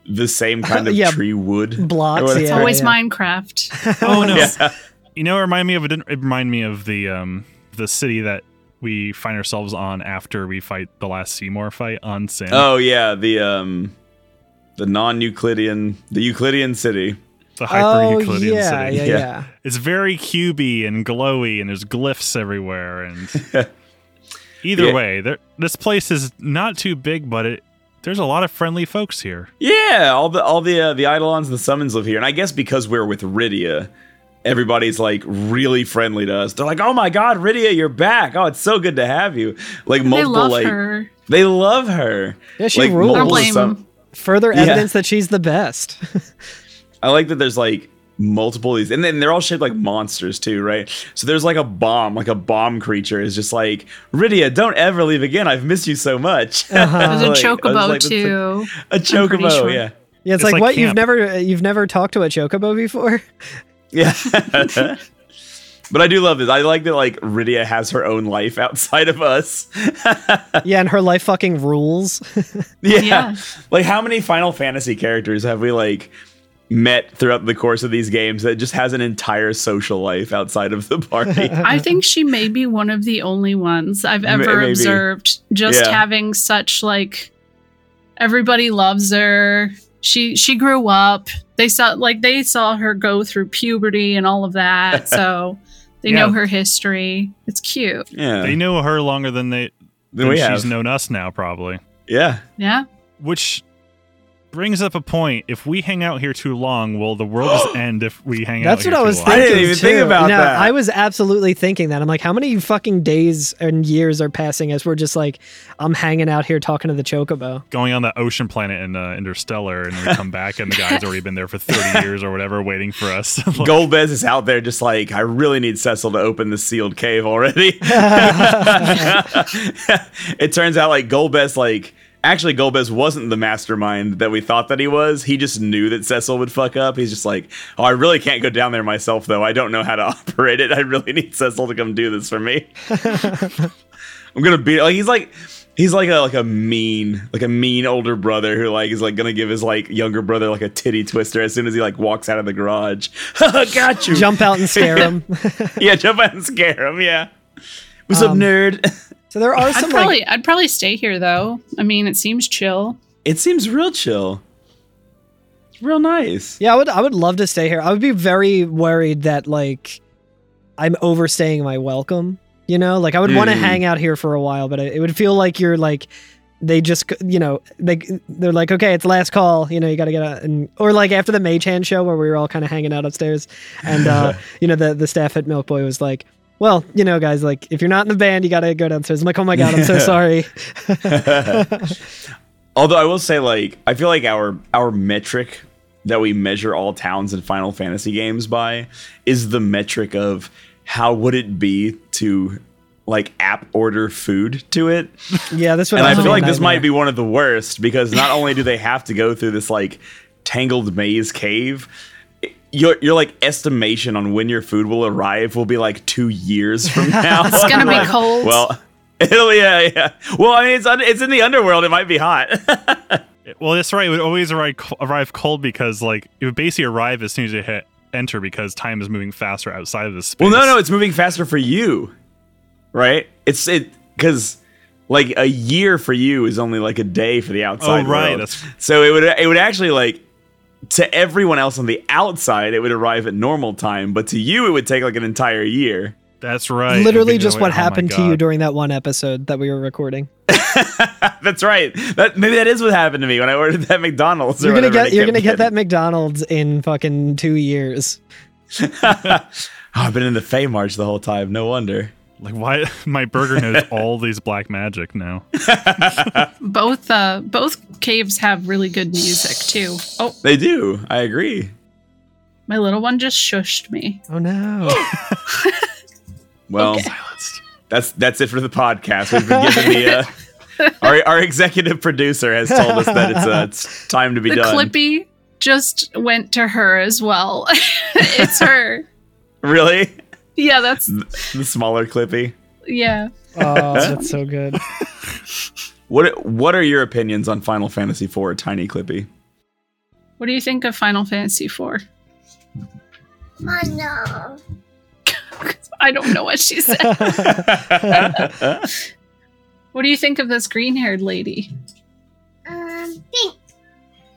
the same kind of
Yeah.
tree wood
Blocks,
Or whatever.
It's
Yeah,
always
yeah.
Minecraft.
oh no!
Yeah.
You know, it remind me of. It didn't it remind me of the um the city that we find ourselves on after we fight the last Seymour fight on Sin.
Oh yeah, the um, the non-Euclidean, the Euclidean city.
the hyper
oh
Euclidean
yeah,
city.
yeah,
Yeah.
yeah.
It's very cubey and glowy, and there's glyphs everywhere. And either
Yeah.
way, there, this place is not too big, but it there's a lot of friendly folks here.
Yeah, all the all the uh, the Eidolons and the Summons live here, and I guess because we're with Rydia, everybody's like really friendly to us. They're like, "Oh my God, Rydia, you're back! Oh, it's so good to have you!" Like
they
multiple,
love
like
her.
they love her.
Yeah, she
like,
rules.
Don't
multiple
blame
sum-
them.
Further
Yeah.
evidence that she's the best.
I like that there's like multiple of these and then they're all shaped like monsters too right so there's like a bomb like a bomb creature is just like Rydia don't ever leave again I've missed you so much
Uh-huh. There's a
Like, I was
chocobo
like, that's a-
too.
a
pretty
chocobo
sure.
yeah
Yeah, it's,
It's
like,
like
what you've
camp.
never you've never talked to a chocobo before.
Yeah. but I do love this. I like that like Rydia has her own life outside of us.
yeah, and her life fucking rules.
yeah.
Yeah.
Like how many Final Fantasy characters have we like met throughout the course of these games that just has an entire social life outside of the party?
I think she may be one of the only ones I've
M-
ever
maybe.
observed just
Yeah.
having such like everybody loves her. She she grew up. They saw like they saw her go through puberty and all of that. So they know
Yeah.
her history. It's cute.
yeah.
They know her longer than they
Then
than
we
she's
have.
known us now, probably.
yeah.
Yeah.
Which brings up a point: if we hang out here too long, will the world just end if we hang
That's
out?
what I was
I
thinking.
didn't even
too.
think about
No,
that.
I was absolutely thinking that. I'm like, how many fucking days and years are passing as we're just like, I'm hanging out here talking to the chocobo.
Going on the ocean planet in uh, Interstellar, and we come back, and the guy's already been there for thirty years or whatever, waiting for us. Like,
Golbez is out there just like, I really need Cecil to open the sealed cave already. it turns out like Golbez, like, actually, Golbez wasn't the mastermind that we thought that he was. He just knew that Cecil would fuck up. He's just like, oh, I really can't go down there myself, though. I don't know how to operate it. I really need Cecil to come do this for me. I'm gonna be like he's like he's like a like a mean like a mean older brother who like is like gonna give his like younger brother like a titty twister as soon as he like walks out of the garage. Got you.
Jump out and scare him.
Yeah, jump out and scare him. Yeah. What's up,
Um,
nerd?
so there are some like,
I'd probably I'd probably stay here though. I mean, it seems chill.
It seems real chill. It's real nice.
yeah, I would I would love to stay here. I would be very worried that like, I'm overstaying my welcome. You know, like I would want to
Mm.
hang out here for a while, but it it would feel like you're like. They just, c- you know, they they're like, okay, it's last call. You know, you got to get out, and or like after the Mage Hand show where we were all kind of hanging out upstairs, and uh, you know the the staff at Milk Boy was like, well, you know, guys, like if you're not in the band, you got to go downstairs. I'm like, oh my god, I'm so sorry.
Although I will say, like, I feel like our our metric that we measure all towns in Final Fantasy games by is the metric of how would it be to like app order food to it.
yeah, this would.
And I
also
feel
a
like this might
nightmare.
be one of the worst because not only do they have to go through this like tangled maze cave, i- your your like estimation on when your food will arrive will be like two years from now. it's
gonna be cold.
Well, it'll yeah yeah. Well, I mean it's un- it's in the underworld. It might be hot.
Well, that's right. It would always arrive, arrive cold because, like, it would basically arrive as soon as you hit enter because time is moving faster outside of the space.
Well, no, no, it's moving faster for you, right? It's it because like a year for you is only like a day for the outside.
Oh, right,
world.
that's-
so it would it would actually like to everyone else on the outside it would arrive at normal time, but to you it would take like an entire year.
That's right.
Literally,
It'd be
just
that way.
what
Oh my
happened to you
God.
during that one episode that we were recording.
That's right. That maybe that is what happened to me when I ordered that McDonald's. or
You're gonna
whatever,
get
and it
you're
kept
gonna get that
getting-
McDonald's in fucking two years.
Oh, I've been in the Fey March the whole time. No wonder.
Like, why? My burger knows all these black magic now.
Both uh, both caves have really good music too. Oh,
They do. I agree.
my little one just shushed me.
Oh no!
Well,
Silenced.
that's that's it for the podcast. We've been given the uh, our our executive producer has told us that it's, uh, it's time to be
The
done.
Clippy just went to her as well. it's her.
Really,
Yeah, that's
the smaller Clippy.
yeah.
Oh, that's so good.
What what are your opinions on Final Fantasy IV, Tiny Clippy?
What do you think of Final Fantasy IV?
Oh no.
I don't know what she said. what do you think of this green-haired lady?
Um, pink.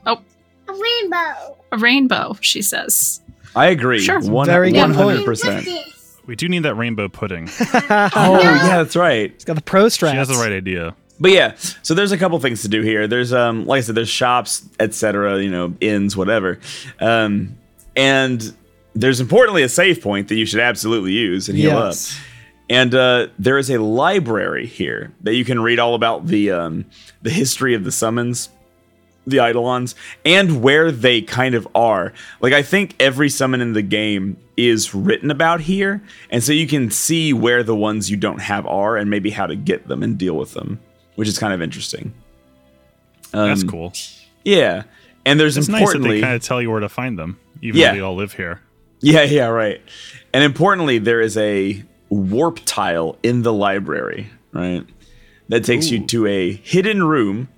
Oh.
A rainbow.
A rainbow, she says.
I agree.
Sure.
One
Very good
one
point.
hundred
What's
percent.
this?
We do need that rainbow pudding. She
Oh
oh,
yeah, that's right.
he's got the pro straps.
has the right idea.
But yeah, so there's a couple things to do here. There's um, like I said, there's shops, etc. You know, inns, whatever. Um, and there's importantly a save point that you should absolutely use and heal up.
Yes.
And uh, there is a library here that you can read all about the um, the history of the summons, the eidolons, and where they kind of are. Like I think every summon in the game is written about here, and so you can see where the ones you don't have are, and maybe how to get them and deal with them, which is kind of interesting.
That's
Um,
cool.
Yeah, and there's
It's nice that
importantly
they kind of tell you where to find them, even
Yeah.
though they all live here.
Yeah, yeah, right. And importantly, there is a warp tile in the library, right? That takes you to a hidden room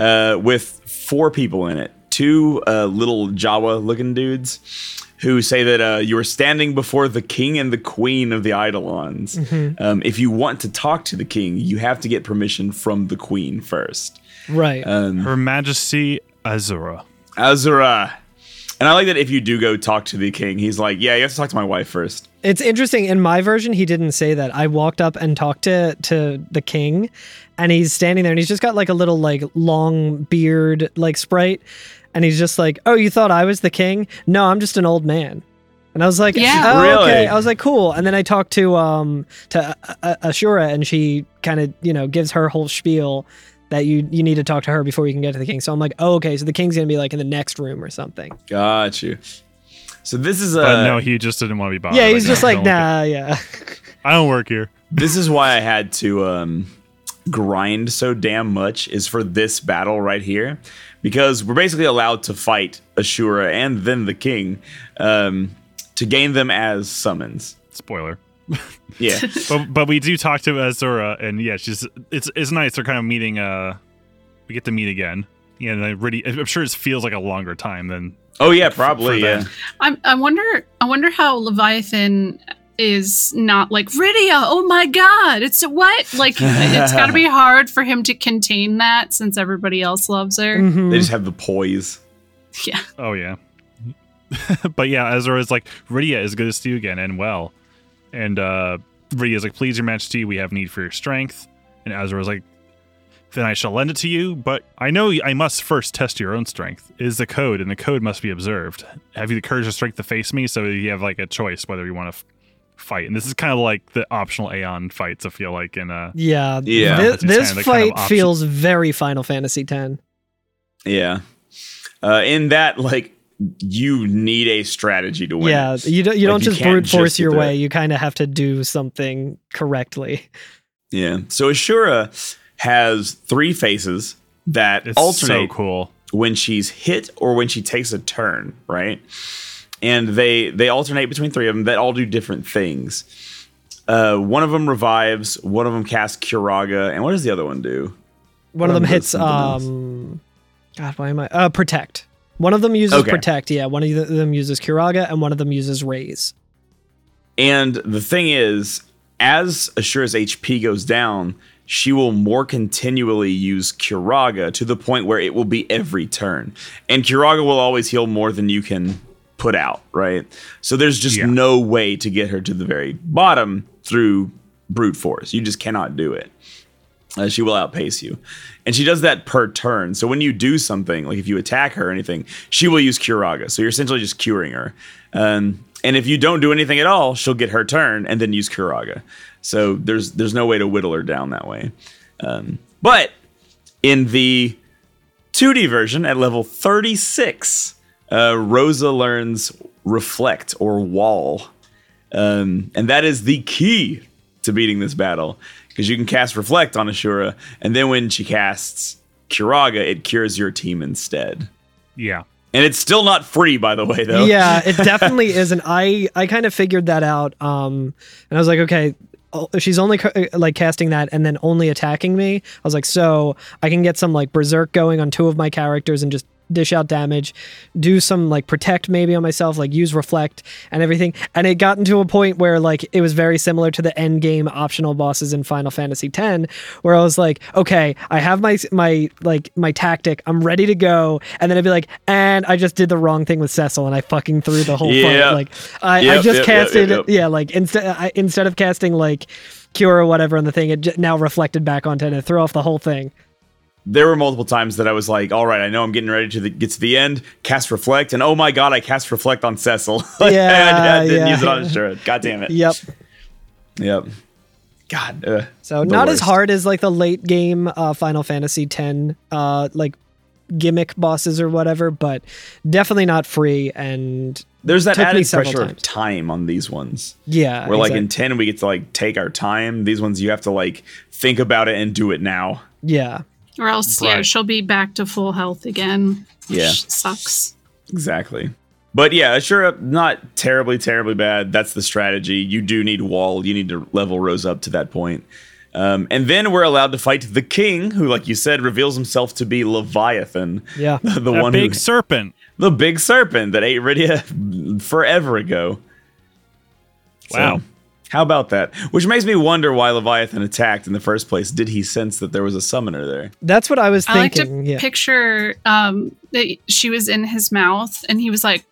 uh, with four people in it. Two uh, little Jawa looking dudes who say that uh, you are standing before the king and the queen of the Eidolons. Um, if you want to talk to the king, you have to get permission from the queen first.
Right.
Her Majesty Azura.
Azura. And I like that if you do go talk to the king, he's like, yeah, you have to talk to my wife first.
It's interesting. In my version, he didn't say that. I walked up and talked to to the king, and he's standing there, and he's just got like a little like long beard like sprite, and he's just like, "Oh, you thought I was the king? No, I'm just an old man." And I was like,
Yeah.
"Oh,
Really?
okay." I was like, "Cool." And then I talked to um to uh, uh, Ashura, and she kind of you know gives her whole spiel that you you need to talk to her before you can get to the king. So I'm like, "Oh, okay." So the king's gonna be like in the next room or something.
Got you. So this is
But
uh,
no, he just didn't want to be bothered.
yeah, he's just
"No,
like,
don't look at-
"Nah, yeah."
I don't work here.
this is why I had to um, grind so damn much is for this battle right here, because we're basically allowed to fight Ashura and then the king um, to gain them as summons.
Spoiler.
Yeah,
but but we do talk to Azura, and yeah, she's it's it's nice. They're kind of meeting. Uh, we get to meet again. Yeah, and I really, I'm sure it feels like a longer time than
oh yeah, probably
for
yeah.
them.
I, I wonder. I wonder how Leviathan is not like Rydia. Oh my God! It's a what? Like it's got to be hard for him to contain that since everybody else loves her.
Mhm.
They just have the poise.
Yeah.
Oh yeah. but yeah, Ezra is like, Rydia is good to see you again and well. And uh Rydia is like, please your majesty, we have need for your strength. And Ezra is like, then I shall lend it to you, but I know I must first test your own strength. It Is the code, and the code must be observed. Have you the courage or strength to face me? So you have like a choice whether you want to f- fight. And this is kind of like the optional Aeon fights. I feel like in uh,
Yeah.
Yeah.
thi-
That's
This,
just kind of the kind
fight
of option.
feels very Final Fantasy X.
Yeah, uh, in that like you need a strategy to win.
Yeah. You don't, you
Like,
don't
you
just
can't
brute
just
force
do
your
that.
way. You kind of have to do something correctly.
yeah. So Ashura has three faces that
it's so
alternate
cool.
when she's hit or when she takes a turn, right? And they they alternate between three of them that all do different things. Uh, one of them revives, one of them casts Kiraga, and what does the other one do?
One
One
of them
does
hits
something else.
um God, why am I? Uh, protect. One of them uses
Okay.
protect. Yeah, one of them uses Kiraga, and one of them uses raise.
And the thing is, as Ashura's HP goes down, she will more continually use Kiraga to the point where it will be every turn. And Kiraga will always heal more than you can put out, right? So there's just
Yeah.
no way to get her to the very bottom through brute force. You just cannot do it. Uh, she will outpace you. And she does that per turn. So when you do something, like if you attack her or anything, she will use Kiraga. So you're essentially just curing her. Um, and if you don't do anything at all, she'll get her turn and then use Kiraga. So there's there's no way to whittle her down that way. Um, but in the 2D version at level 36, uh, Rosa learns Reflect or Wall. Um, and that is the key to beating this battle because you can cast Reflect on Ashura, and then when she casts Kiraga, it cures your team instead.
Yeah.
And it's still not free, by the way, though.
Yeah, it definitely isn't. I I kind of figured that out. Um, and I was like, okay, oh, she's only ca- like casting that and then only attacking me. I was like, so I can get some like berserk going on two of my characters and just dish out damage, do some like protect maybe on myself, like use reflect and everything. And it got into a point where like it was very similar to the end game optional bosses in Final Fantasy X, where I was like, okay, I have my my like my tactic, I'm ready to go, and then I'd be like, and I just did the wrong thing with Cecil, and I fucking threw the whole
Yeah.
fight. Like I, I
Yep,
just
yep, yep, yep,
casted,
yep.
yeah, like instead I, instead of casting like cure or whatever on the thing, it j- now reflected back onto it and it threw off the whole thing.
There were multiple times that I was like, all right, I know I'm getting ready to the, get to the end, cast Reflect, and oh my god, I cast Reflect on Cecil. I- I,
Yeah,
didn't
yeah.
use it on Ashura. God damn it.
Yep.
Yep. God. Uh,
So
the
not as
worst.
hard as like the late game uh, Final Fantasy X, uh, like gimmick bosses or whatever, but definitely not free. And
There's that
Took me
added
several
pressure of
times.
time on these ones.
yeah,
Where like in
exact-
10 we get to like take our time. These ones you have to like think about it and do it now.
yeah,
Or else, yeah,
Right.
she'll be back to full health again. which
Yeah.
sucks.
Exactly. But yeah, sure, not terribly, terribly bad. That's the strategy. You do need wall. You need to level Rose up to that point. Um, and then we're allowed to fight the king, who, like you said, reveals himself to be Leviathan,
yeah.
the
That
one
big
who,
serpent.
the big serpent that ate Rydia forever ago. So,
Wow.
how about that? Which makes me wonder why Leviathan attacked in the first place. Did he sense that there was a summoner there?
That's what I was
I like to
thinking. yeah,
picture um, that she was in his mouth, and he was like,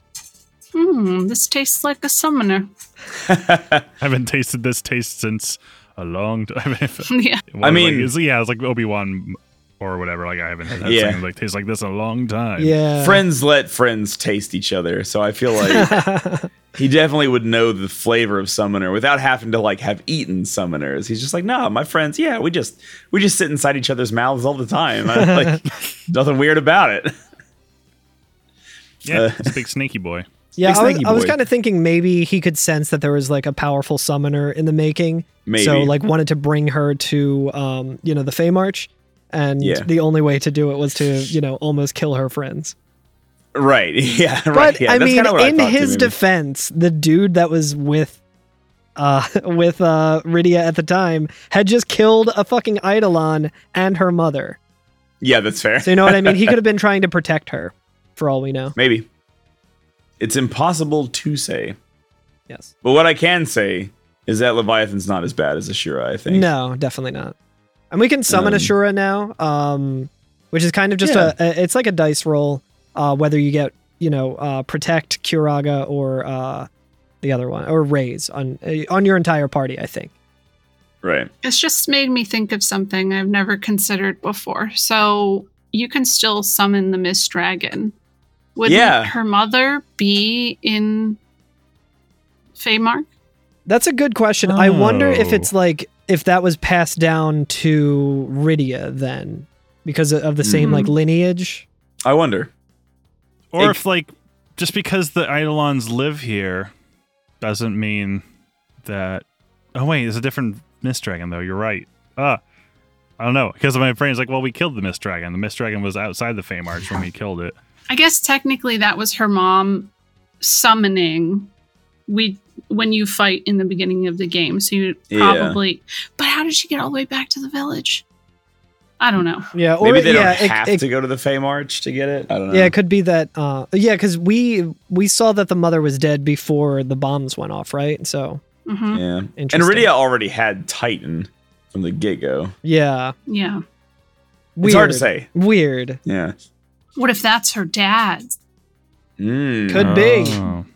"Hmm, this tastes like a summoner."
I haven't tasted this taste since a long time.
yeah,
I mean-
like, it's- yeah, it's like Obi Wan or whatever. Like I haven't had that
Yeah.
thing like tastes like this in a long time.
yeah.
friends let friends taste each other, so I feel like he definitely would know the flavor of summoner without having to like have eaten summoners. He's just like, nah, my friends, yeah, we just we just sit inside each other's mouths all the time. I, like nothing weird about it.
yeah.
Uh,
it's a big snaky boy.
Big
Yeah, I was,
snaky
I was
boy.
kind of thinking maybe he could sense that there was like a powerful summoner in the making. So
Maybe.
like wanted to bring her to um, you know, the Fey March. And
Yeah.
the only way to do it was to, you know, almost kill her friends.
Right. Yeah. Right.
But
yeah,
I
that's
mean,
kinda what I
in
thought, too,
his
maybe.
defense, the dude that was with uh with uh Rydia at the time had just killed a fucking Eidolon and her mother.
Yeah, that's fair.
So you know what I mean? He could have been trying to protect her, for all we know.
Maybe. It's impossible to say.
Yes.
But what I can say is that Leviathan's not as bad as Ashura, I think.
No, definitely not. And we can summon
Um,
Ashura now, um, which is kind of just
Yeah.
a, a- it's like a dice roll, uh, whether you get you know uh, protect Kuraga or uh, the other one or raise on uh, on your entire party. I think.
Right.
it's just made me think of something I've never considered before. So you can still summon the Miss Dragon. Wouldn't
Yeah.
her mother be in Feymark?
That's a good question. I wonder if
Oh.
it's like if that was passed down to Rydia then because of the same
Mhm.
Mm-hmm.
like lineage.
I wonder.
Or
It-
if like just because the Eidolons live here doesn't mean that. Oh wait, there's a different mist dragon though. You're right. Ah. I don't know because my brain's like, well, we killed the mist dragon. The mist dragon was outside the Fame Arch when we killed it.
I guess technically that was her mom summoning we when you fight in the beginning of the game. So you
Yeah.
probably But how did she get all the way back to the village? I don't know.
Yeah, or
Maybe they
yeah,
don't
it-
have
it-
to go to the Fame Arch to get it. I don't know.
yeah, it could be that. Uh, yeah, because we we saw that the mother was dead before the bombs went off, right? So
hmm
yeah. And
mm-hmm. Interesting.
Iridia already had Titan from the get go.
yeah,
Yeah.
weird.
It's hard to say.
Weird.
Yeah.
What if that's her dad?
Mm.
Could- be.
Oh.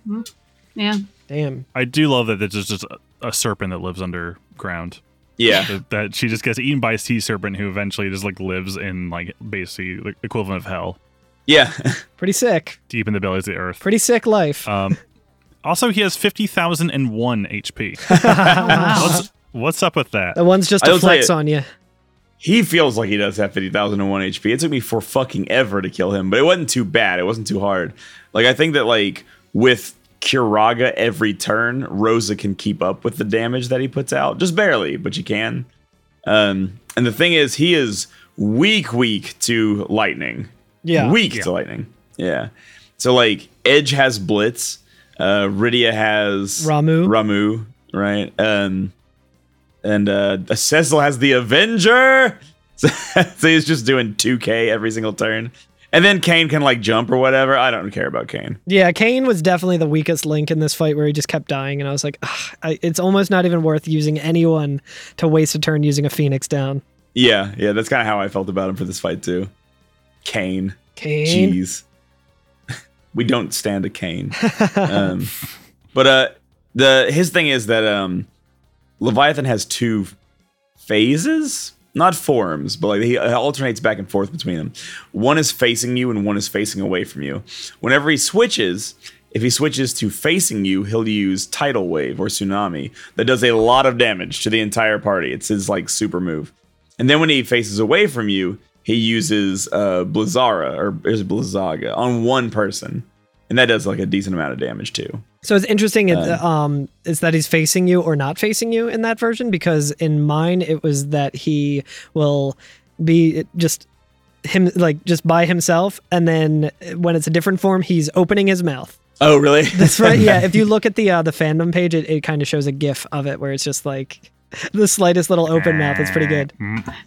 Yeah.
Damn.
I do love that there's just a, a serpent that lives underground.
yeah.
That, that she just gets eaten by a sea serpent who eventually just like lives in like basically the equivalent of hell,
Yeah.
Pretty sick.
deep in the bellies of the earth.
Pretty sick life.
Um, also, he has fifty thousand and one HP.
Oh, wow.
What's, what's up with that?
the one's just
I
a
will tell
flex
you-
on you.
He feels like he does have 50,001 HP. It took me for fucking ever to kill him, but it wasn't too bad. It wasn't too hard. Like, I think that, like, with Kiraga every turn, Rosa can keep up with the damage that he puts out. Just barely, but she can. Um, and the thing is, he is weak, weak to lightning.
Yeah.
Weak to lightning. Yeah. So, like, Edge has Blitz. Uh, Rydia has
Ramu.
Ramu, right? Um, and uh, Cecil has the Avenger. So, so he's just doing 2K every single turn. And then Kane can like jump or whatever. I don't care about Kane.
Yeah, Kane was definitely the weakest link in this fight where he just kept dying, and I was like, "Ugh, I, it's almost not even worth using anyone to waste a turn using a Phoenix down.
Yeah, yeah, that's kind of how I felt about him for this fight too. Kane,
Kane.
jeez, we don't stand a Kane. um, but uh, the his thing is that um, Leviathan has two phases, not forms, but like he alternates back and forth between them. One is facing you, and one is facing away from you. Whenever he switches, if he switches to facing you, he'll use tidal wave or tsunami that does a lot of damage to the entire party. It's his like super move. And then when he faces away from you, he uses uh, Blizzara or is it Blizzaga on one person, and that does like a decent amount of damage too.
so it's interesting. it, um, is that he's facing you or not facing you in that version? Because in mine, it was that he will be just him, like just by himself, and then when it's a different form, he's opening his mouth.
Oh, really?
That's right. Yeah, if you look at the uh, the fandom page, it, it kind of shows a GIF of it where it's just like the slightest little open mouth. It's pretty good.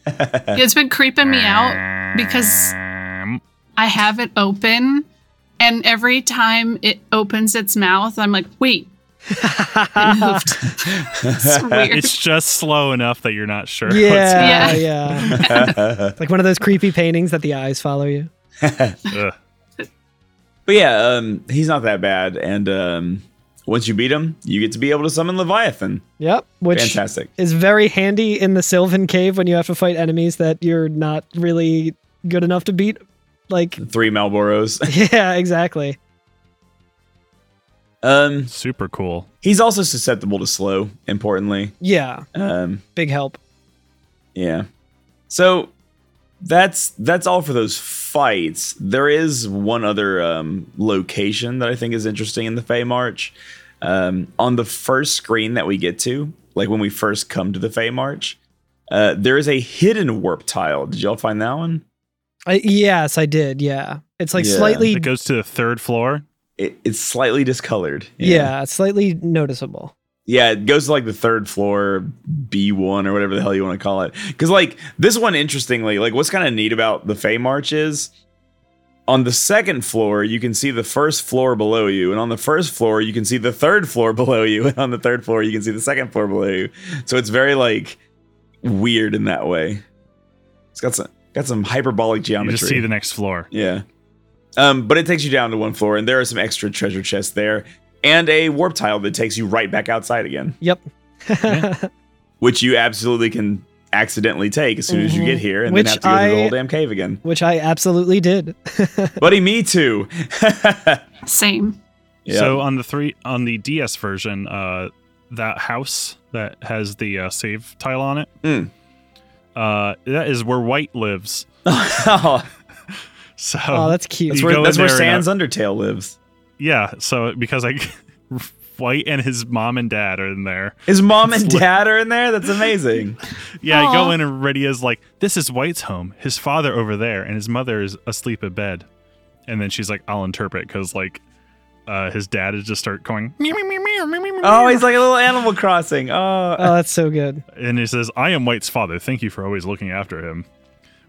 It's been creeping me out because I have it open, and every time it opens its mouth, I'm like, wait, it moved. it's weird.
It's just slow enough that you're not sure. what's-
Yeah, yeah.
Yeah.
It's like one of those creepy paintings that the eyes follow you.
Ugh.
But yeah, um, he's not that bad. And um, once you beat him, you get to be able to summon Leviathan.
Yep, which
Fantastic.
is very handy in the Sylvan Cave when you have to fight enemies that you're not really good enough to beat. Like,
Three Malboros.
yeah, exactly.
um,
Super cool.
he's also susceptible to slow. Importantly,
Yeah,
um,
big help.
yeah. So that's that's all for those fights. There is one other um, location that I think is interesting in the Fey March. Um, on the first screen that we get to, like when we first come to the Fey March, uh, there is a hidden warp tile. Did y'all find that one?
I, yes, I did. Yeah, it's like
Yeah.
slightly,
It goes to the third floor.
it, it's slightly discolored.
yeah, slightly noticeable.
Yeah, it goes to like the third floor, B1 or whatever the hell you want to call it. Because, like, this one, interestingly, like, what's kind of neat about the Fey March is on the second floor, you can see the first floor below you. And on the first floor, you can see the third floor below you. And on the third floor, you can see the second floor below you. So it's very, like, weird in that way. It's got some, got some hyperbolic
You
geometry.
just see the next floor.
Yeah. Um, but it takes you down to one floor, and there are some extra treasure chests there, and a warp tile that takes you right back outside again,
Yep.
which you absolutely can accidentally take as soon as you
Mhm.
get
Mm-hmm.
here, and
Which
then have to go through
I-
the whole damn cave again.
Which I absolutely did.
Oh,
Buddy, me too. yeah.
Same.
So
So on the three on the DS version, uh, that house that has the uh, save tile on it,
Mm.
uh, that is where White lives.
that's
So
Oh, that's cute.
You go
where
in
Oh, that's where
there and, uh,
Sans Undertale lives.
yeah, so because I White and his mom and dad are in there.
His mom and
It's like-
dad are in there. That's amazing.
Yeah, I go
Aw.
in and Redia's like, "This is White's home. His father over there, and his mother is asleep at bed." And then she's like, "I'll interpret," because like uh, his dad is just start going, meow, meow, meow, meow, meow, meow,
oh,
meow."
he's like a little Animal Crossing. Oh,
Uh,
Oh, that's so good.
and he says, "I am White's father. Thank you for always looking after him."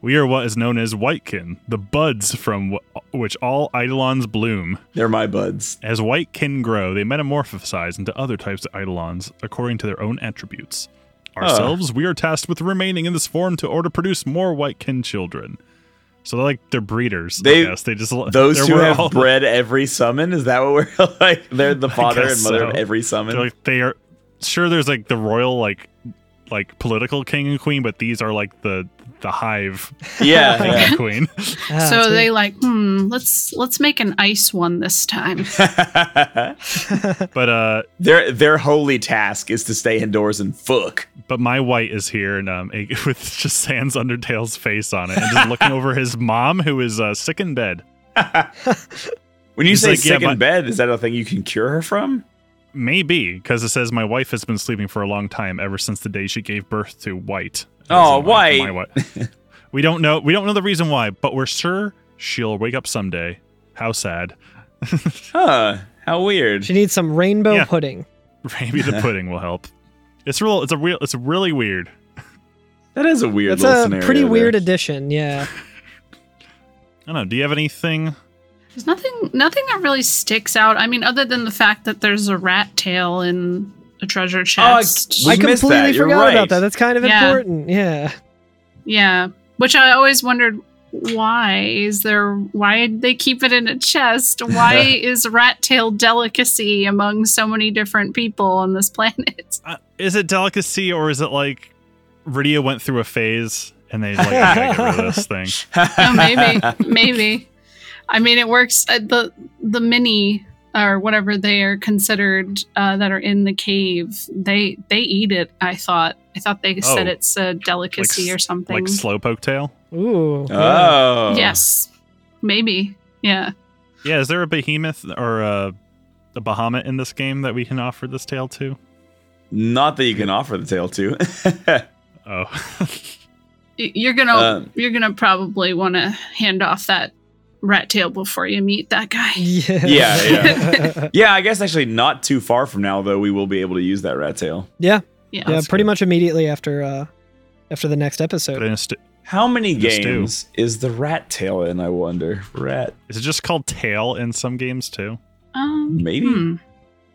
We are what is known as whitekin, the buds from wh- which all eidolons bloom.
They're my buds.
As whitekin grow, they metamorphosize into other types of eidolons according to their own attributes. Ourselves, we are tasked with remaining in this form to order produce more whitekin children. So they're like they're breeders.
They-
I guess. they just
Those
they're-
two
we're
have
all-
bred every summon. Is that what we're like? They're the father
guess
and mother of
so.
every summon.
They're like they are sure there's like the royal like like political king and queen, but these are like the the hive
yeah,
king
yeah.
and queen.
Ah,
so
sweet.
they like, hmm, let's let's make an ice one this time.
But uh
their their holy task is to stay indoors and fuck.
but my white is here and um a, with just sans undertale's face on it and just looking over his mom who is uh, sick in bed
When you
He's
say
like, yeah,
sick
my-
in bed, is that a thing you can cure her from?
maybe because it says my wife has been sleeping for a long time ever since the day she gave birth to white
Oh,
As in, like,
White.
White. we don't know we don't know the reason why but we're sure she'll wake up someday how sad
Huh? How weird.
she needs some rainbow
Yeah.
pudding.
maybe the pudding will help it's real it's a real it's really weird
That is a weird.
That's
little
a
scenario
pretty
there.
weird addition. Yeah.
i don't know do you have anything
There's nothing nothing that really sticks out. I mean, other than the fact that there's a rat tail in a treasure chest.
We
I
missed
completely
that, you're
forgot
right.
about that. That's kind of
Yeah.
important. Yeah.
yeah, which I always wondered why is there why did they keep it in a chest? Why is rat tail delicacy among so many different people on this planet?
uh, is it delicacy or is it like Rydia went through a phase and they like I gotta get rid of this thing?
Oh, maybe, maybe. I mean, it works. Uh, the the mini or whatever they are considered uh, that are in the cave, they they eat it. I thought. I thought they said
Oh.
it's a delicacy
s-
or something.
Like uh, slowpoke tail.
Ooh. yeah.
Oh.
Yes, maybe. Yeah.
Yeah, is there a behemoth or a, a Bahamut in this game that we can offer this tail to?
Not that you can offer the tail to.
Oh,
Y- You're gonna
Uh,
Um,
you're gonna probably want to hand off that rat tail before you meet that guy.
Yeah.
Yeah,
yeah.
yeah, I guess actually not too far from now though we will be able to use that rat tail.
Yeah.
That's
pretty
good.
much immediately after uh after the next
but
episode.
in a st-
How many
Just do.
games is the rat tail in? I wonder. Rat,
is it just called tail in some games too?
Um,
maybe.
hmm.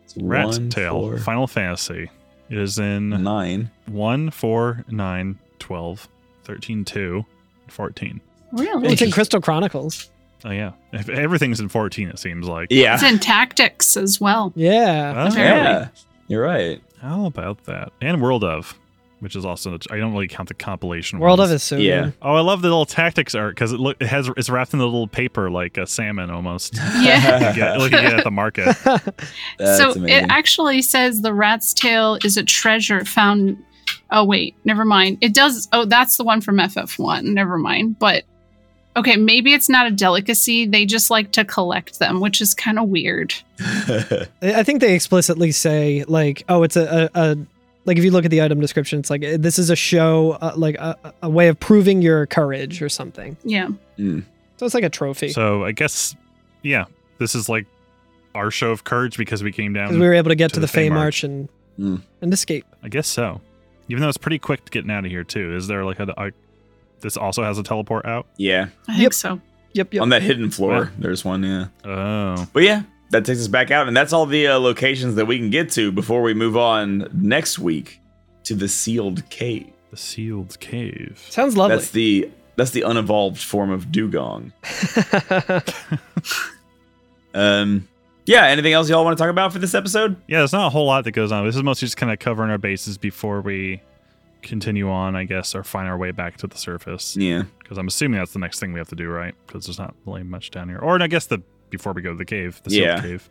It's
Rat
one,
tail.
four,
Final Fantasy. It is in
nine.
1, 4, 9, 12, 13, 2, 14.
Well,
Really?
it's in Crystal Chronicles.
Oh, yeah. If- Everything's in 14, it seems like.
Yeah.
It's in tactics as well.
Yeah.
Oh.
Yeah. You're right.
How about that? And World of, which is also I don't really count the compilation.
World
ones.
of is so
Yeah.
good.
Oh, I love the little tactics art because it look it has it's wrapped in a little paper like a salmon almost. You
Yeah.
get, like you get at the market.
That's
so
amazing.
it actually says the rat's tail is a treasure found. Oh wait, never mind. It does. Oh, that's the one from FF1. Never mind. But okay, maybe it's not a delicacy. They just like to collect them, which is kind of weird.
I I think they explicitly say like, oh, it's a, a, a like if you look at the item description, it's like eh, this is a show, uh, like a, a- a way of proving your courage or something.
Yeah.
So it's like a trophy because
So I guess yeah, this is like our show of courage because we came down.
we were able to get
um, to
to,
the
the, Fey
Fey
March and
Mm.
and escape.
I guess so. Even though it's pretty quick to getting out of here too. Is there like a, a this also has a teleport out?
yeah.
I think
Yep.
so.
Yep, yep.
On that hidden floor,
Yeah.
there's one. Yeah.
Oh,
But yeah, that takes us back out, and that's all the uh, locations that we can get to before we move on next week to the sealed cave.
the sealed cave.
Sounds lovely.
That's the that's the unevolved form of dugong. Um. Yeah. Anything else y'all want to talk about for this episode?
Yeah, there's not a whole lot that goes on. This is mostly just kind of covering our bases before we continue on, I guess, or find our way back to the surface.
Yeah.
Because I'm assuming that's the next thing we have to do, right? Because there's not really much down here. Or I guess the before we go to the cave, the sealed
Yeah.
cave.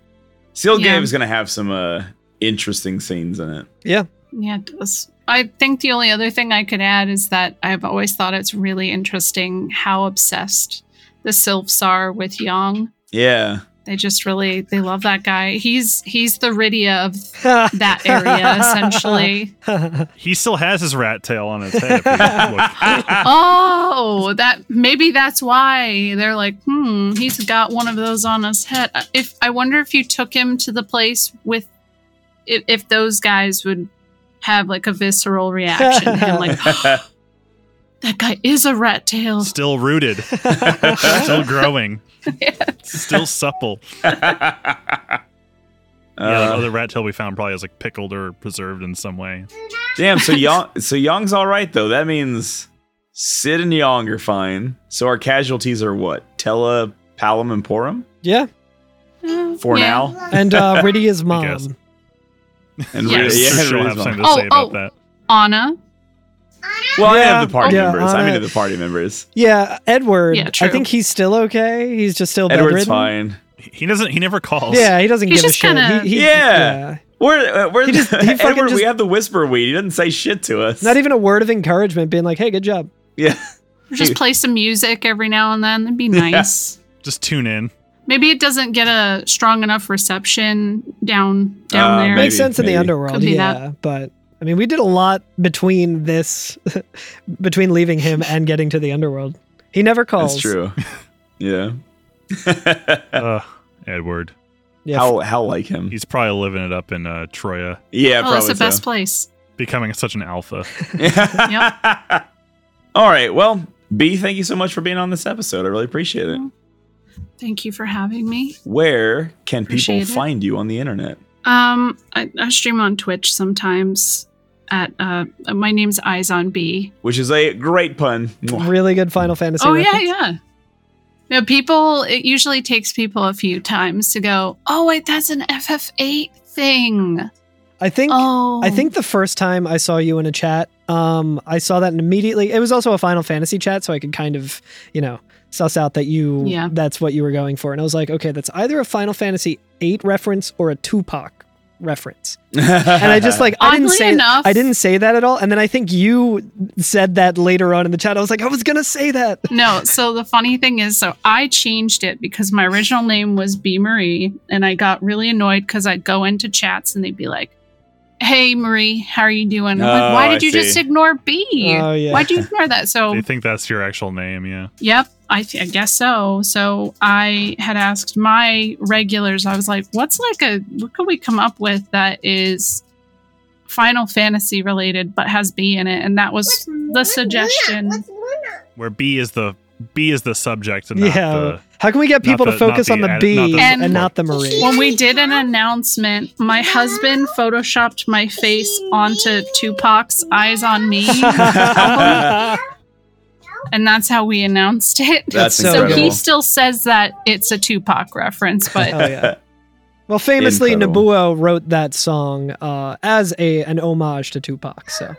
Sealed
Yeah.
Cave is gonna have some uh interesting scenes in it.
Yeah, it does. I think the only other thing I could add is that I've always thought it's really interesting how obsessed the Sylphs are with Yang.
Yeah.
They just really they love that guy. He's he's the Rydia of that area essentially.
He still has his rat tail on his head. if you look.
oh, that maybe that's why they're like, hmm, he's got one of those on his head. Uh, If I wonder if you took him to the place with, if, if those guys would have like a visceral reaction, to him like "Oh, that guy is a rat tail.
Still rooted, still growing, still supple. yeah, that
Uh,
other rat tail we found probably was like pickled or preserved in some way.
Damn. So Yong, so Yong's all right though. That means Sid and Yong are fine. So our casualties are what? Tella, Palum, and Porum
Yeah.
Uh,
for
yeah.
now.
And uh, Ridia's mom.
guess.
And
Yes.
Rita-
I'm sure she'll
Rita's
have
mine.
something to
Oh,
say about
oh.
that.
Anna.
Well, I
Yeah.
have the party
Yeah,
members.
on
I mean,
it.
the party members.
Yeah, Edward.
Yeah,
I
true.
think he's still okay. He's just still
Edward's
bedridden.
fine.
He doesn't. He never calls.
Yeah, he doesn't
He's
give a
just
shit.
kinda-
He- he-
Yeah. We're, uh, we're
He just- he fucking
Edward, we
just-
have the whisper weed. He doesn't say shit to us.
Not even a word of encouragement, being like, "Hey, good job."
Yeah.
Just play some music every now and then. That'd be nice.
Just tune in.
Maybe it doesn't get a strong enough reception down down
Uh,
there.
maybe.
Makes sense in the underworld.
Could be
yeah, but I mean, we did a lot between this, between leaving him and getting to the underworld. He never calls.
That's true. Yeah.
Ugh, Edward.
Yeah.
how how like him?
He's probably living it up in uh, Troya,
Yeah,
oh, that's
probably
the
so.
best place.
becoming such an alpha.
All right. Well, B, thank you so much for being on this episode. I really appreciate it.
Thank you for having me.
Where can
Appreciate it.
people find you on the internet?
Um, I, I stream on Twitch sometimes. At uh, my name's Eyes on B.
Which is a great pun. Mwah.
Really good Final Fantasy.
Oh yeah,
reference.
yeah. Yeah, people. It usually takes people a few times to go. Oh wait, that's an FF8 thing.
I think.
oh,
I think the first time I saw you in a chat, um, I saw that and immediately it was also a Final Fantasy chat, so I could kind of, you know, suss out that you
Yeah.
that's what you were going for. And I was like, okay, that's either a Final Fantasy eight reference or a Tupac reference. And I just like I didn't
Oddly
say
enough-
I didn't say that at all. And then I think you said that later on in the chat. I was like, I was gonna say that.
No, so the funny thing is, so I changed it because my original name was B Marie, and I got really annoyed because I'd go into chats and they'd be like, "Hey Marie, how are you doing?" I'm
Oh,
like, why
I
did you just
see.
ignore B?
Oh, yeah.
Why'd you ignore that? So
They think that's your actual name. Yeah.
Yep, I, th- I guess so. So I had asked my regulars, I was like, what's like a, what could we come up with that is Final Fantasy related but has B in it? And that was the suggestion.
What's Luna?
Where B is the B is the subject and not
Yeah.
the.
How can we get people
Not
to
the- not
focus
the
on the
ad-
B
not the-
and,
And-
not the Marie?
Well-
When we did an announcement, my husband photoshopped my face onto Tupac's Eyes on Me,
Ah.
and that's how we announced it.
That's
So
so he
incredible.
still says that it's a Tupac reference, but
Oh yeah. Well, famously,
Incredible.
Nabuo wrote that song uh, as a an homage to Tupac. So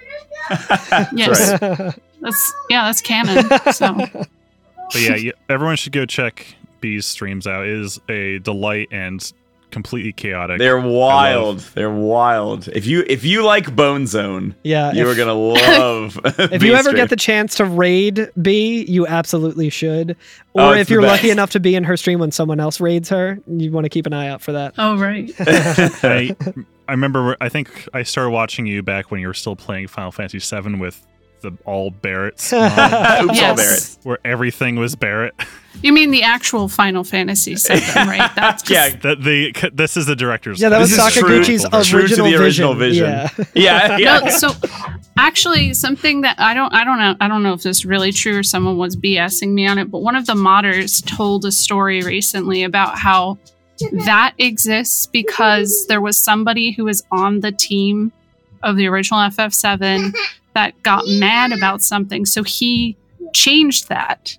Yes.
That's right.
that's, yeah, that's canon. So.
But yeah, you, everyone should go check B's streams out. It is a delight and completely chaotic.
They're wild. They're wild. If you if you like Bone Zone,
yeah,
you
Uh, if,
are gonna love.
if you ever get the chance to raid B, you absolutely should. Or
Oh, it's
if
the
you're
best.
lucky enough to be in her stream when someone else raids her, you want to keep an eye out for that.
Oh, right.
I, I remember. I think I started watching you back when you were still playing Final Fantasy VII with the all Barretts, mod,
oops, all
Yes.
Barrett.
where everything was Barrett.
You mean the actual Final Fantasy system, right? That's 'cause-
Yeah,
That the this is the director's.
Yeah, that
This is
was
true-
Sakaguchi's
true to the
original,
original vision.
Yeah.
Yeah, yeah.
No, so actually something that I don't I don't know I don't know if this is really true or someone was BSing me on it, but one of the modders told a story recently about how that exists because there was somebody who was on the team of the original FF7 that got mad about something. So he changed that.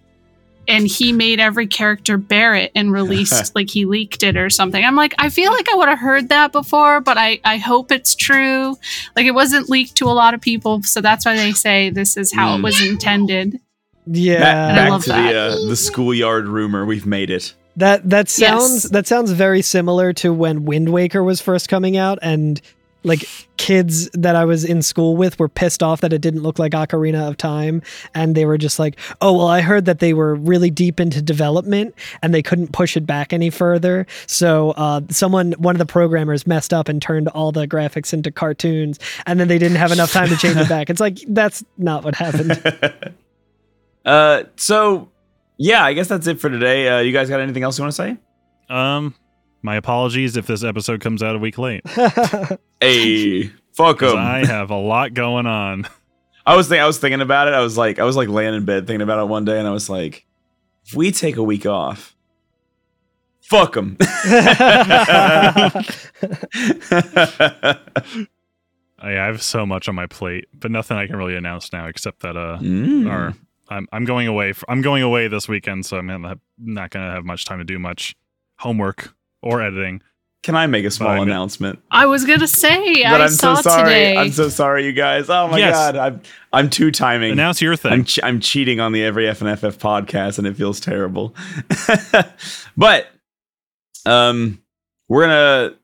And he made every character bear it and released like he leaked it or something. I'm like, I feel like I would have heard that before, but I, I hope it's true. Like it wasn't leaked to a lot of people, so that's why they say this is how
Mm.
it was intended.
Yeah.
Back,
I
back
love
to
that.
the uh, the schoolyard rumor. We've made it.
That that sounds
Yes.
that sounds very similar to when Wind Waker was first coming out and like kids that I was in school with were pissed off that it didn't look like Ocarina of Time and they were just like, "Oh, well, I heard that they were really deep into development and they couldn't push it back any further." So, uh someone one of the programmers messed up and turned all the graphics into cartoons and then they didn't have enough time to change it back. It's like that's not what happened.
Uh, so yeah, I guess that's it for today. Uh, you guys got anything else you want to say?
Um, my apologies if this episode comes out a week late.
Hey, fuck
'cause
them.
I have a lot going on.
I was thinking, I was thinking about it. I was like, I was like laying in bed thinking about it one day, and I was like, if we take a week off, fuck them.
I, I have so much on my plate, but nothing I can really announce now except that uh,
Hmm.
Mm.
or I'm I'm going away. For, I'm going away this weekend, so I'm not- not gonna have much time to do much homework or editing.
Can I make a small
But I'm-
announcement?
I was gonna say
But
I
I'm
saw
so sorry.
today.
I'm so sorry, you guys. Oh my
Yes.
god, I'm I'm two timing.
Announce your thing.
I'm che- I'm cheating on the every F and FF podcast, and it feels terrible. but um, we're gonna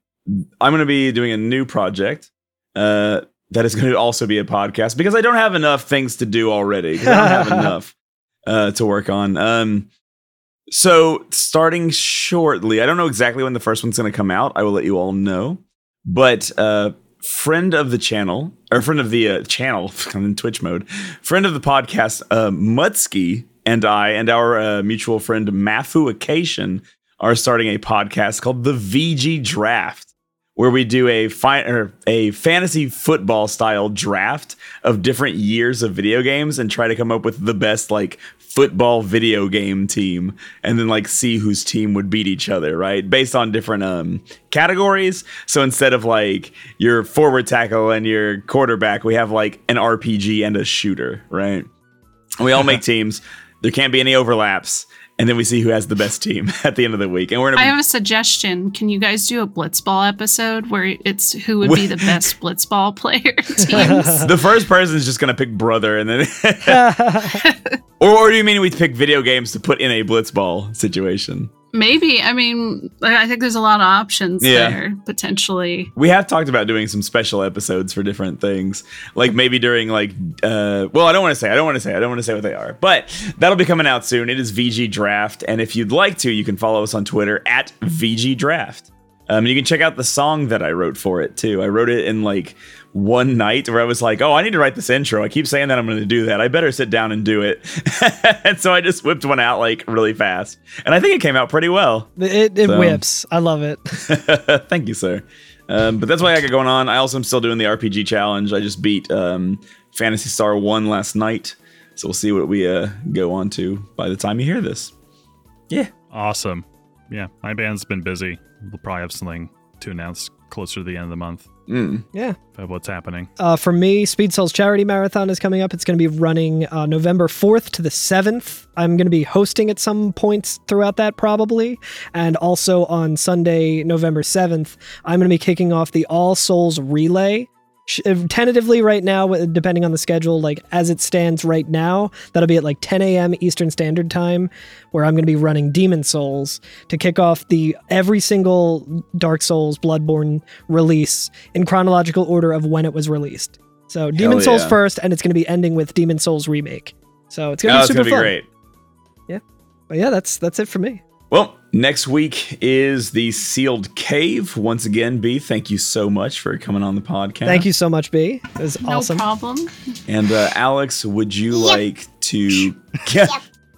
I'm gonna be doing a new project uh, that is gonna also be a podcast because I don't have enough things to do already. 'cause I don't have enough uh, to work on. Um, so starting shortly, I don't know exactly when the first one's gonna come out. I will let you all know, but. Uh, friend of the channel or friend of the uh, channel I'm in twitch mode friend of the podcast uh, mutsky and i and our uh, mutual friend mafuication are starting a podcast called the vg draft where we do a fi- or a fantasy football style draft of different years of video games and try to come up with the best like football video game team and then like see whose team would beat each other right based on different um categories so instead of like your forward tackle and your quarterback we have like an RPG and a shooter right we all make teams there can't be any overlaps and then we see who has the best team at the end of the week and we're
I
gonna
have a suggestion. Can you guys do a blitzball episode where it's who would be the best blitzball player teams?
the first person is just gonna pick brother and then Or, or do you mean we pick video games to put in a blitzball situation?
Maybe. I mean, I think there's a lot of options
Yeah.
there potentially.
We have talked about doing some special episodes for different things, like maybe during like, uh, well, I don't want to say, I don't want to say, I don't want to say what they are, but that'll be coming out soon. It is VG Draft, and if you'd like to, you can follow us on Twitter at VG Draft. Um, you can check out the song that I wrote for it too. I wrote it in like one night where I was like, "Oh, I need to write this intro. I keep saying that I'm going to do that. I better sit down and do it." and so I just whipped one out like really fast, and I think it came out pretty well.
It, it
So-
whips. I love it.
Thank you, sir. Um, but that's what I got going on. I also am still doing the RPG challenge. I just beat um, Fantasy Star One last night, so we'll see what we uh, go on to by the time you hear this. Yeah,
awesome. Yeah, my band's been busy. We'll probably have something to announce closer to the end of the month
mm.
Yeah.
about what's happening.
Uh, for me, Speed Souls Charity Marathon is coming up. It's going to be running uh, November 4th to the 7th. I'm going to be hosting at some points throughout that, probably. And also on Sunday, November 7th, I'm going to be kicking off the All Souls Relay. Sh- uh, Tentatively, right now, w- depending on the schedule, like as it stands right now, that'll be at like 10 a.m. Eastern Standard Time, where I'm going to be running Demon Souls to kick off the every single Dark Souls Bloodborne release in chronological order of when it was released. So Demon Souls
yeah.
first, and it's going to be ending with Demon Souls remake. So it's going
Oh,
to be
it's
super
gonna be
fun.
great.
But yeah, that's that's it for me.
Well, next week is the Sealed Cave. Once again, B, thank you so much for coming on the podcast.
Thank you so much, B. It was
No
awesome.
problem.
And uh, Alex, would you
Yep.
like to?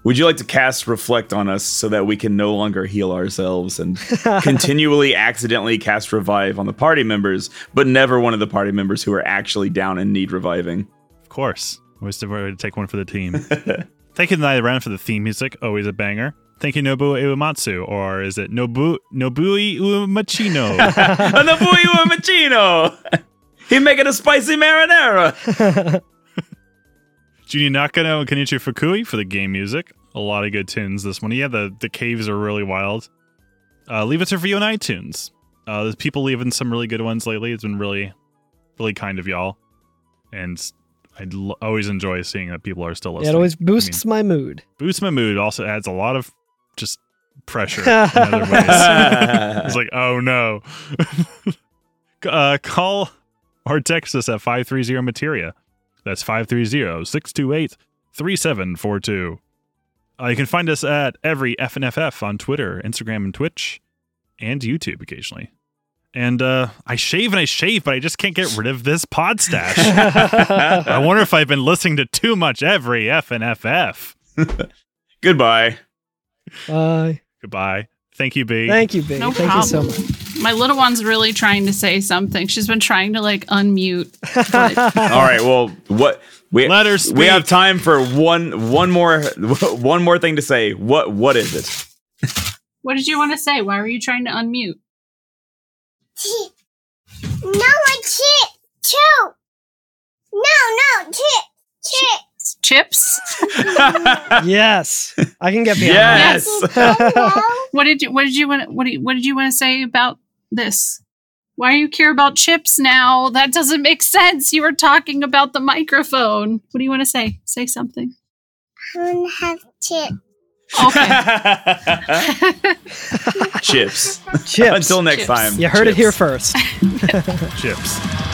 Would you like to cast reflect on us so that we can no longer heal ourselves and continually accidentally cast revive on the party members, but never one of the party members who are actually down and need reviving?
Of course. Always the way to take one for the team. Thank you, Nai Ren, for the theme music. Always a banger. Thank you, Nobu Iwamatsu, or is it Nobu Nobui Uemachino?
Anabuyu Machino! He making a spicy marinara.
Junie Nakano and Kenichi Fukui for the game music. A lot of good tunes this one. Yeah, the, the caves are really wild. Uh, leave us a review on iTunes. Uh, there's people leaving some really good ones lately. It's been really, really kind of y'all. And I l- always enjoy seeing that people are still
Yeah,
listening.
it always
I mean,
boosts my mood.
boosts my mood. Also adds a lot of just pressure in other ways. it's like, oh no. uh, call or text us at 530 Materia. That's 530 628 3742. Uh, You can find us at every FNFF on Twitter, Instagram, and Twitch, and YouTube occasionally. And uh, I shave and I shave, but I just can't get rid of this pod stash. I wonder if I've been listening to too much every FNFF.
Goodbye.
Bye.
Goodbye. Thank you, B.
Thank you, B.
No
Uh, Thank you so
problem.
much.
My little one's really trying to say something. She's been trying to like unmute. But
All right. Well, what we
Let her
we
speak.
have time for one one more one more thing to say. What what is it?
what did you want to say? Why were you trying to unmute?
Chip. No, I chip. Two. No, no, chip. Chip.
Chips?
yes, I can get behind.
Yes.
that.
Hello.
What did you what did you want what, do you- what did you want to say about this? Why do you care about chips now? That doesn't make sense. You were talking about the microphone. What do you want to say? Say something.
I want to have chip.
Okay.
Chips.
Chips.
Until next
Chips.
time.
you heard it
chips.
here first.
Chips.